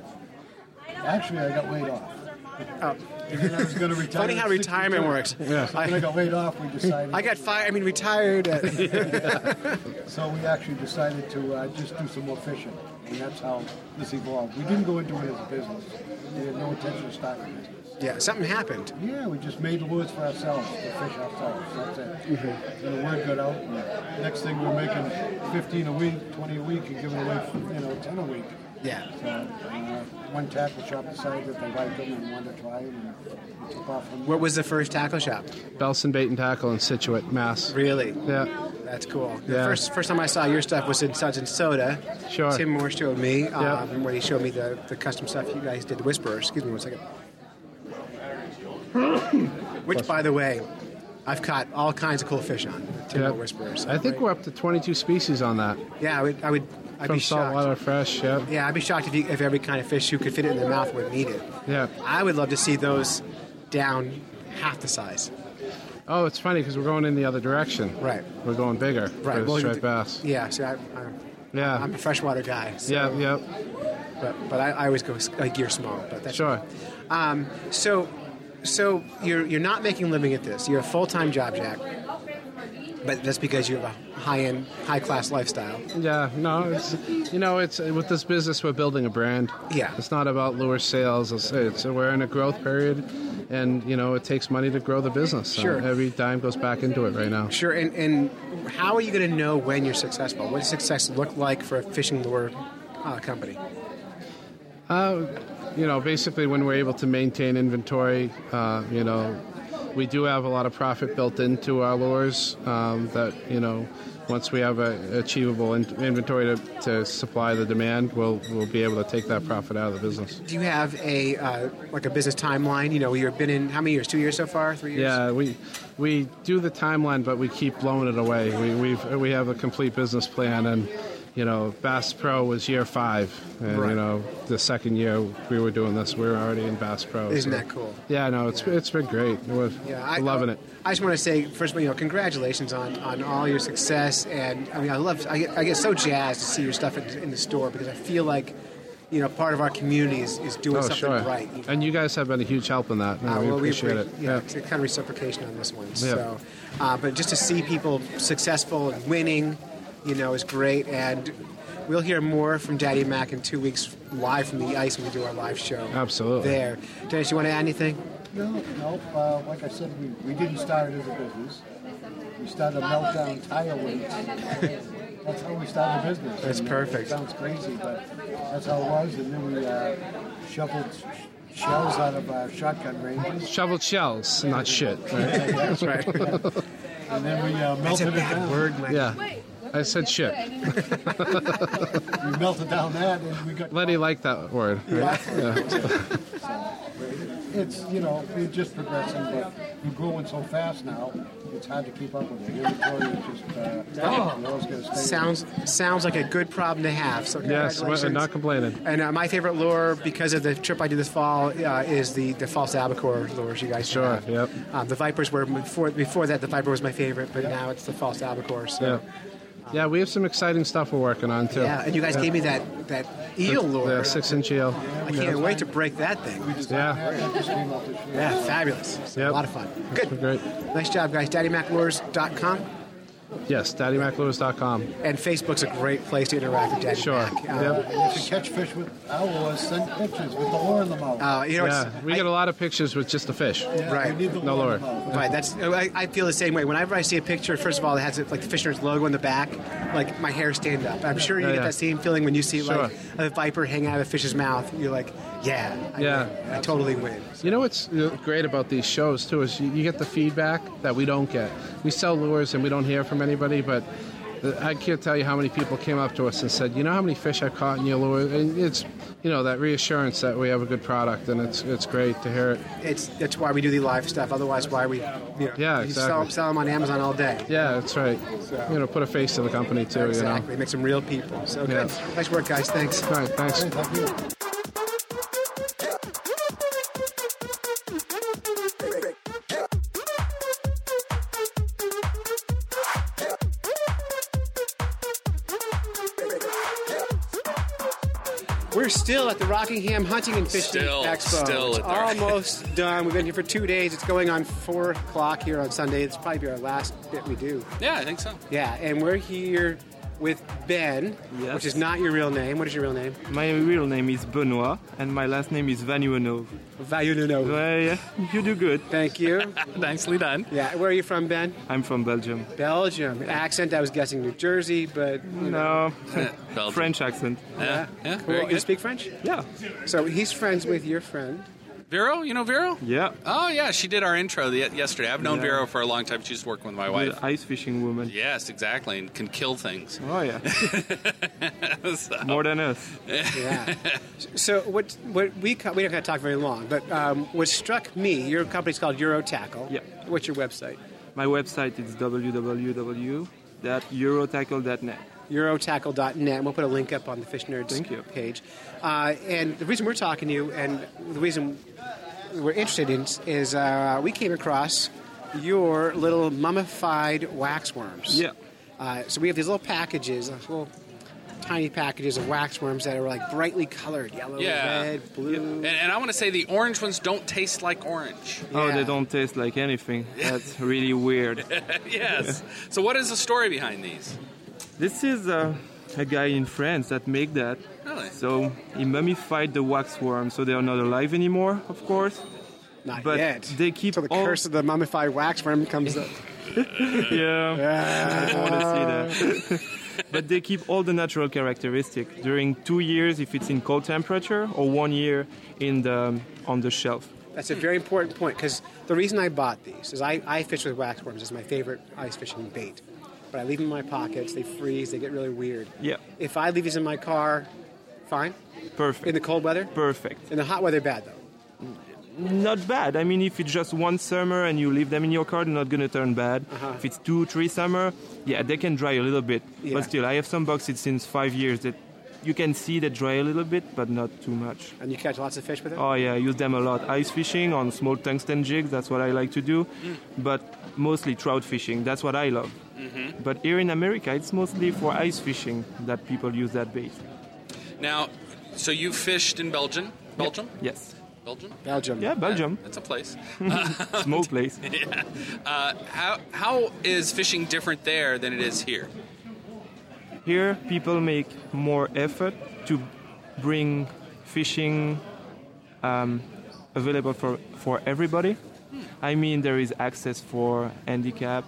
S1: Actually, I got laid off.
S3: Oh.
S1: And I was going to retire.
S3: Funny how
S1: at 62.
S3: retirement works.
S1: So when I got laid off, we decided.
S3: I got fired. I mean, retired. At
S1: So we actually decided to uh, just do some more fishing, and that's how this evolved. We didn't go into it as a business. We had no intention of starting a business.
S3: yeah, something happened.
S1: Yeah, we just made lures for ourselves, to fish ourselves. That's it.
S3: Mhm.
S1: And the word got out. And next thing, we're making 15 a week, 20 a week, and giving away, you know, 10 a week.
S3: Yeah.
S1: So uh, one tackle shop decided that they liked them and wanted to try them, and we took off from
S3: What was the first tackle shop?
S19: Belson Bait and Tackle in Situate, Mass.
S3: Really?
S19: Yeah.
S3: That's cool. The
S19: Yeah.
S3: first first time I saw your stuff was in Suds and Soda.
S19: Sure.
S3: Tim Moore showed me um,
S19: Yeah.
S3: when he showed me the, the custom stuff you guys did, the Whisperer. Excuse me one second. Which, by the way, I've caught all kinds of cool fish on Tim
S19: Yeah.
S3: Moore Whisperers.
S19: I think we're up to 22 species on that.
S3: Yeah, I would. I would I'd
S19: From
S3: be shocked.
S19: saltwater fresh, yeah.
S3: Yeah, I'd be shocked if, you, if every kind of fish who could fit it in their mouth would eat it.
S19: Yeah.
S3: I would love to see those down half the size.
S19: Oh, it's funny because we're going in the other direction.
S3: Right.
S19: We're going bigger. For
S3: Right.
S19: the
S3: well,
S19: striped
S3: you-
S19: bass.
S3: Yeah. See, I, I,
S19: Yeah.
S3: I'm a freshwater guy. so-
S19: yeah. Yep.
S3: But but I, I always go s- like gear small. But that's
S19: Sure.
S3: Um, so so you're you're not making a living at this. You're a full time job, Jack. But that's because you have a high end, high class lifestyle.
S19: Yeah. No. It's you know it's uh, with this business we're building a brand.
S3: Yeah.
S19: It's not about lure sales. It's, it's we're in a growth period, and you know it takes money to grow the business. So
S3: Sure.
S19: Every dime goes back into it right now.
S3: Sure. And and how are you going to know when you're successful? What does success look like for a fishing lure uh, company?
S19: Uh, you know, basically when we're able to maintain inventory, uh, you know, we do have a lot of profit built into our lures um, that, you know, once we have a achievable in- inventory to, to supply the demand, we'll, we'll be able to take that profit out of the business.
S3: Do you have a uh, like a business timeline? You know, you've been in how many years? Two years so far? Three years?
S19: Yeah, we we do the timeline, but we keep blowing it away. We we've, we have a complete business plan, and you know, Bass Pro was year five, and
S3: Right.
S19: you know, the second year we were doing this, we were already in Bass Pro.
S3: Isn't that cool?
S19: Yeah, no, it's it's been great. We're
S3: Yeah, I-
S19: loving it.
S3: I just want to say, first of all, you know, congratulations on, on all your success. And I mean, I love, I get, I get so jazzed to see your stuff in, in the store because I feel like, you know, part of our community is, is doing
S19: oh,
S3: something
S19: sure.
S3: right. You
S19: And you guys have been a huge help in that.
S3: Uh,
S19: we
S3: well,
S19: appreciate
S3: appre-
S19: it.
S3: Yeah, it's a kind of reciprocation on this one.
S19: Yeah.
S3: So, uh, but just to see people successful and winning, you know, is great. And we'll hear more from Daddy Mac in two weeks live from the ice when we do our live show.
S19: Absolutely.
S3: There, Dennis, you want to add anything?
S1: No, no. Uh, like I said, we, we didn't start it as a business. We started meltdown tire weights. that's how we started a business.
S3: That's
S1: And
S3: perfect.
S1: It sounds crazy, but that's how it was. And then we uh, shoveled sh- shells out of our shotgun ranges.
S19: Shoveled shells, not shit. Right?
S1: That's right. And then we uh,
S19: That's a
S1: melted it
S19: bad
S1: down.
S19: word, Mike. Yeah. I said shit.
S1: we melted down that, and we got.
S19: Lenny liked that word. right? Yeah.
S1: It's you know we're just progressing, but we're growing so fast now. It's hard to keep up with it. Inventory is just. Uh, you know, it's gonna stay-
S3: Sounds sounds like a good problem to have.
S19: Yes,
S3: So
S19: we're-
S3: congratulations.
S19: we're not complaining.
S3: And uh, my favorite lure, because of the trip I did this fall, uh, is the, the false albacore lures you guys
S19: Sure,
S3: have.
S19: yep.
S3: Um, the vipers were before before that. The viper was my favorite, but now it's the false albacore.
S19: Yeah.
S3: So
S19: Yeah, we have some exciting stuff we're working on too.
S3: and you guys gave me that that eel lure.
S19: Yeah, six inch eel.
S3: I can't wait to break that thing.
S19: Yeah.
S3: Yeah, fabulous. It's A
S19: Yep.
S3: lot of fun. Good.
S19: Great.
S3: Nice job, guys. DaddyMacLures.com
S19: Yes, daddymaclewis.com.
S3: and Facebook's a great place to interact with Daddy
S19: Sure.
S3: Mac. Uh,
S1: And if you catch fish with owls, send pictures with the lure in the mouth.
S3: Uh, you know, it's-
S19: yeah, we get a lot of pictures with just a fish.
S3: right.
S19: No lure.
S3: Right. That's. I, I feel the same way. Whenever I see a picture, first of all, that has like the Fisherman's logo in the back, like my hair stand up. I'm sure you
S19: Yeah,
S3: get
S19: yeah.
S3: that same feeling when you see like
S19: Sure.
S3: a viper hang out of a fish's mouth. You're like, yeah, I
S19: Yeah.
S3: win. I totally win.
S19: You know what's uh, great about these shows too is you, you get the feedback that we don't get. We sell lures and we don't hear from anybody, but uh, I can't tell you how many people came up to us and said, "You know how many fish I caught in your lure?" And it's you know that reassurance that we have a good product, and it's it's great to hear it.
S3: It's that's why we do the live stuff. Otherwise, why we? You know,
S19: Yeah,
S3: You sell,
S19: exactly.
S3: sell them on Amazon all day.
S19: Yeah, that's right. You know, put a face to the company too.
S3: exactly.
S19: You know.
S3: Make some real people. So good.
S19: Yeah.
S3: Nice work, guys. Thanks.
S19: All right. Thanks.
S3: We're still at the Rockingham Hunting and Fishing
S7: Still-
S3: Expo.
S7: still
S3: it's
S7: at the-
S3: almost done. We've been here for two days. It's going on four o'clock here on Sunday. It's probably be our last bit we do.
S7: Yeah, I think so.
S3: Yeah, and we're here with Ben, which is not your real name. What is your real name?
S29: My real name is Benoit, and my last name is Vanuanov.
S3: Vanuanov.
S29: Yeah, you do good.
S3: Thank you.
S29: Nicely done.
S3: Yeah, where are you from, Ben?
S29: I'm from Belgium.
S3: Belgium. Accent, I was guessing New Jersey, but. You know.
S29: No, French accent.
S3: Yeah,
S29: yeah,
S3: cool.
S29: very
S3: You
S29: good.
S3: speak French?
S29: Yeah.
S3: So he's friends with your friend.
S2: Vero, you know Vero?
S29: Yeah.
S2: Oh yeah, she did our intro the, yesterday. I've known
S29: Yeah.
S2: Vero for a long time. She's working with my wife.
S29: The ice fishing woman.
S2: Yes, exactly, and can kill things.
S29: Oh yeah. More than us.
S3: Yeah. So what what we co- we don't have to talk very long, but um, what struck me, your company's called Eurotackle. Yeah. What's your website?
S29: My website is www.eurotackle.net.
S3: Eurotackle.net. And we'll put a link up on the Fish Nerds page. Uh, and the reason we're talking to you, and the reason we're interested in, is uh, we came across your little mummified waxworms.
S29: Yeah.
S3: Uh, so we have these little packages, uh, little tiny packages of waxworms that are like brightly colored, yellow,
S2: Yeah.
S3: red, blue.
S2: And, and I want to say the orange ones don't taste like orange.
S29: Oh, they don't taste like anything. That's really weird.
S2: yes. So what is the story behind these?
S29: This is uh, a guy in France that made that.
S2: Really?
S29: So he mummified the waxworm, so they are not alive anymore, of course.
S3: Not
S29: but
S3: yet.
S29: They keep
S3: So the
S29: all-
S3: curse of the mummified waxworm comes up.
S29: yeah, I want to see that. but they keep all the natural characteristic during two years if it's in cold temperature, or one year in the on the shelf.
S3: That's a very important point because the reason I bought these is I, I fish with wax worms. It's my favorite ice fishing bait. But I leave them in my pockets. They freeze. They get really weird.
S29: Yeah.
S3: If I leave these in my car, fine.
S29: Perfect.
S3: In the cold weather?
S29: Perfect.
S3: In the hot weather, bad though.
S29: Not bad. I mean, if it's just one summer and you leave them in your car, they're not gonna turn bad. If it's two, three summer, yeah, they can dry a little bit.
S3: Yeah.
S29: But still, I have some boxes since five years that you can see they dry a little bit, but not too much.
S3: And you catch lots of fish with them?
S29: Oh yeah, I use them a lot. Ice fishing on small tungsten jigs. That's what I like to do, but mostly trout fishing. That's what I love.
S2: Mhm.
S29: But here in America, it's mostly for ice fishing that people use that bait.
S2: Now, so you fished in Belgium? Belgium?
S29: Yes.
S2: Belgium?
S3: Belgium.
S29: Yeah, Belgium.
S2: That's a place.
S29: Small place.
S2: yeah. Uh, how how is fishing different there than it is here?
S29: Here, people make more effort to bring fishing um, available for, for everybody. I mean, there is access for handicap,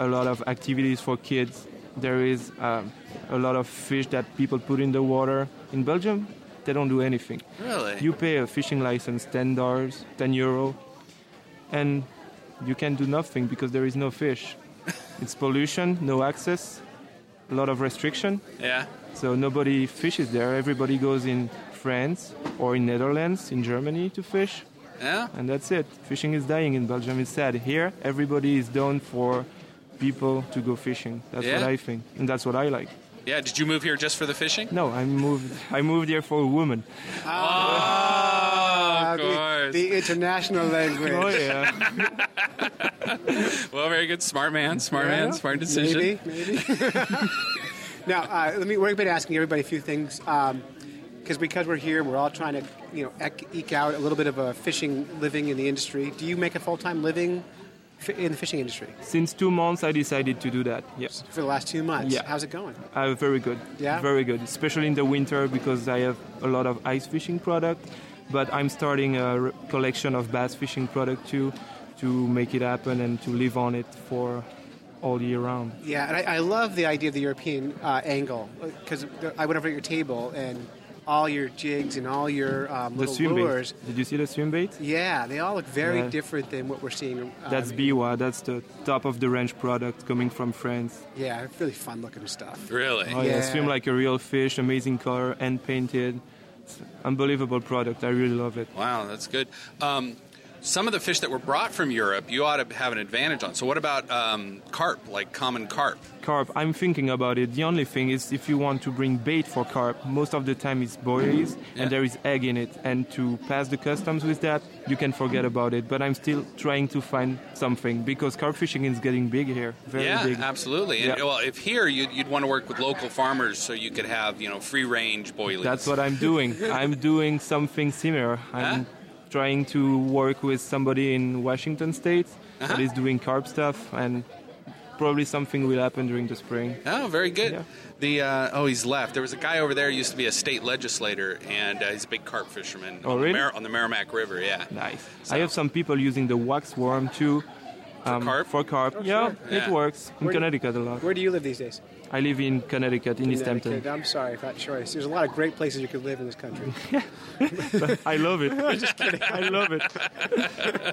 S29: a lot of activities for kids. There is um, a lot of fish that people put in the water. In Belgium, they don't do anything.
S2: Really?
S29: You pay a fishing license, ten dollars, ten euro, and you can do nothing because there is no fish. it's pollution, no access, a lot of restriction.
S2: Yeah.
S29: So nobody fishes there. Everybody goes in France or in Netherlands, in Germany to fish.
S2: Yeah.
S29: And that's it. Fishing is dying in Belgium. It's sad. Here, everybody is down for people to go fishing. That's what
S2: Yeah.
S29: I think, and that's what I like.
S2: Yeah. Did you move here just for the fishing?
S29: No, I moved. I moved here for a woman.
S3: Ah, the-
S2: course.
S3: The, international language.
S29: Oh, yeah.
S2: Well, very good. Smart man. Smart
S3: Yeah,
S2: man. Smart decision.
S3: Maybe, maybe. now, uh, let me. We've been asking everybody a few things because because we're here, we're all trying to you know ec- eke out a little bit of a fishing living in the industry. Do you make a full time living fi- in the fishing industry
S29: Since two months, I decided to do that. Yes.
S3: for the last two months?
S29: Yeah.
S3: How's it going?
S29: Uh, very good.
S3: Yeah?
S29: Very good, especially in the winter because I have a lot of ice fishing product, but I'm starting a r- collection of bass fishing product too to make it happen and to live on it for all year round.
S3: Yeah, and I, I love the idea of the European uh, angle because I went over at your table and all your jigs and all your um,
S29: the
S3: little
S29: swim
S3: lures.
S29: bait. Did you see the swim bait?
S3: Yeah, they all look very
S29: Yeah.
S3: different than what we're seeing. Um,
S29: That's Biwa. That's the top of the range product coming from France.
S3: yeah, really fun looking stuff.
S2: Really?
S29: Oh yeah, swim like a real fish, amazing color, hand painted. It's unbelievable product. I really love it.
S2: Wow, that's good. Um, some of the fish that were brought from Europe, you ought to have an advantage on. So, what about um, carp, like common carp?
S29: Carp, I'm thinking about it. The only thing is if you want to bring bait for carp, most of the time it's buoys
S2: Yeah.
S29: and there is egg in it. And to pass the customs with that, you can forget about it. But I'm still trying to find something because carp fishing is getting big here. Very
S2: yeah,
S29: big.
S2: absolutely. And,
S29: Yeah.
S2: Well, if here you'd, you'd want to work with local farmers, so you could have you know free range boilies.
S29: That's what I'm doing. I'm doing something similar. I'm trying to work with somebody in Washington State that
S2: Uh-huh.
S29: is doing carp stuff, and probably something will happen during the spring.
S2: Oh, very good. The uh, oh, he's left. There was a guy over there who used to be a state legislator, and uh, he's a big carp fisherman.
S29: Oh,
S2: on the
S29: really?
S2: Mer- on the Merrimack River, yeah.
S29: Nice. I have some people using the wax worm too. um,
S2: carp?
S29: For carp. yeah, it
S3: Oh, Yeah.
S29: works.
S3: Where
S29: In
S3: do-
S29: Connecticut a lot.
S3: Where do you live these days?
S29: I live in Connecticut, in East Hampton.
S3: Connecticut. I'm sorry, fat choice. There's a lot of great places you could live in this country.
S29: I love it.
S3: I'm just kidding.
S29: I love it.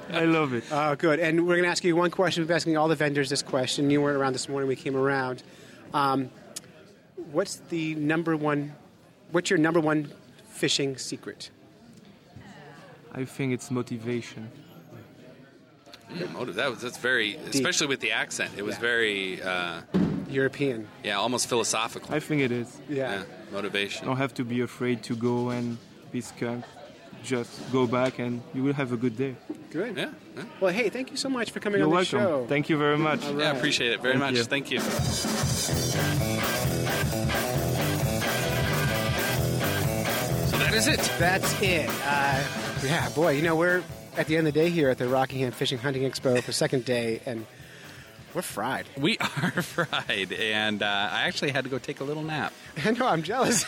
S29: I love it.
S3: Oh, good. And we're going to ask you one question. We've been asking all the vendors this question. You weren't around this morning. We came around. Um, what's the number one? What's your number one fishing secret?
S29: I think it's motivation.
S2: Mm, motive. That was that's very, especially with the accent. It was very uh,
S3: European.
S2: Yeah, almost philosophical.
S29: I Oh. think it is.
S2: yeah, motivation.
S29: Don't have to be afraid to go and be skunked. Just go back and you will have a good day.
S3: Good. Yeah. Well, hey, thank you so much for coming
S29: You're
S3: on the
S29: welcome.
S3: show.
S29: Thank you very much.
S3: All
S2: Yeah,
S3: right.
S2: appreciate it very
S29: Thank
S2: much.
S29: you.
S2: Thank you. So that is it.
S3: That's it. Uh, yeah, boy, you know, we're at the end of the day here at the Rockingham Fishing Hunting Expo for second day, and we're fried.
S2: We are fried, and uh, I actually had to go take a little nap.
S3: I know, I'm jealous.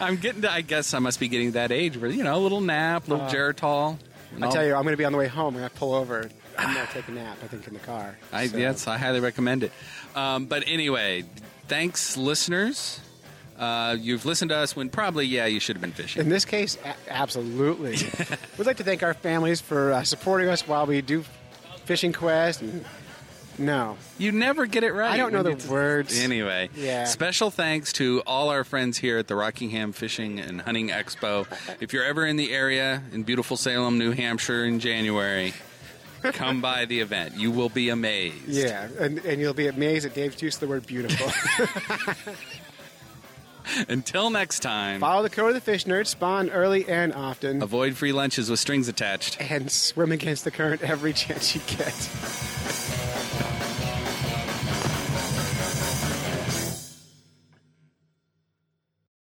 S2: I'm getting to, I guess I must be getting that age where, you know, a little nap, little
S3: Uh,
S2: Geritol. and
S3: I
S2: all-
S3: tell you, I'm going to be on the way home. I'm going to pull over. and I'm going to take a nap, I think, in the car.
S2: I,
S3: So-
S2: Yes, I highly recommend it. Um, but anyway, thanks, listeners. Uh, you've listened to us when probably, yeah, you should have been fishing.
S3: In this case, a- absolutely. We'd like to thank our families for uh, supporting us while we do fishing quest. And no,
S2: you never get it right.
S3: I don't know the
S2: when you-
S3: words.
S2: Anyway,
S3: Yeah.
S2: special thanks to all our friends here at the Rockingham Fishing and Hunting Expo. If you're ever in the area in beautiful Salem, New Hampshire in January, come by the event. You will be amazed.
S3: Yeah, and, and you'll be amazed at Dave's use of the word beautiful.
S2: Until next time,
S3: Follow the code of the fish nerd, spawn early and often,
S2: Oh. avoid free lunches with strings attached.
S3: and swim against the current every chance you get.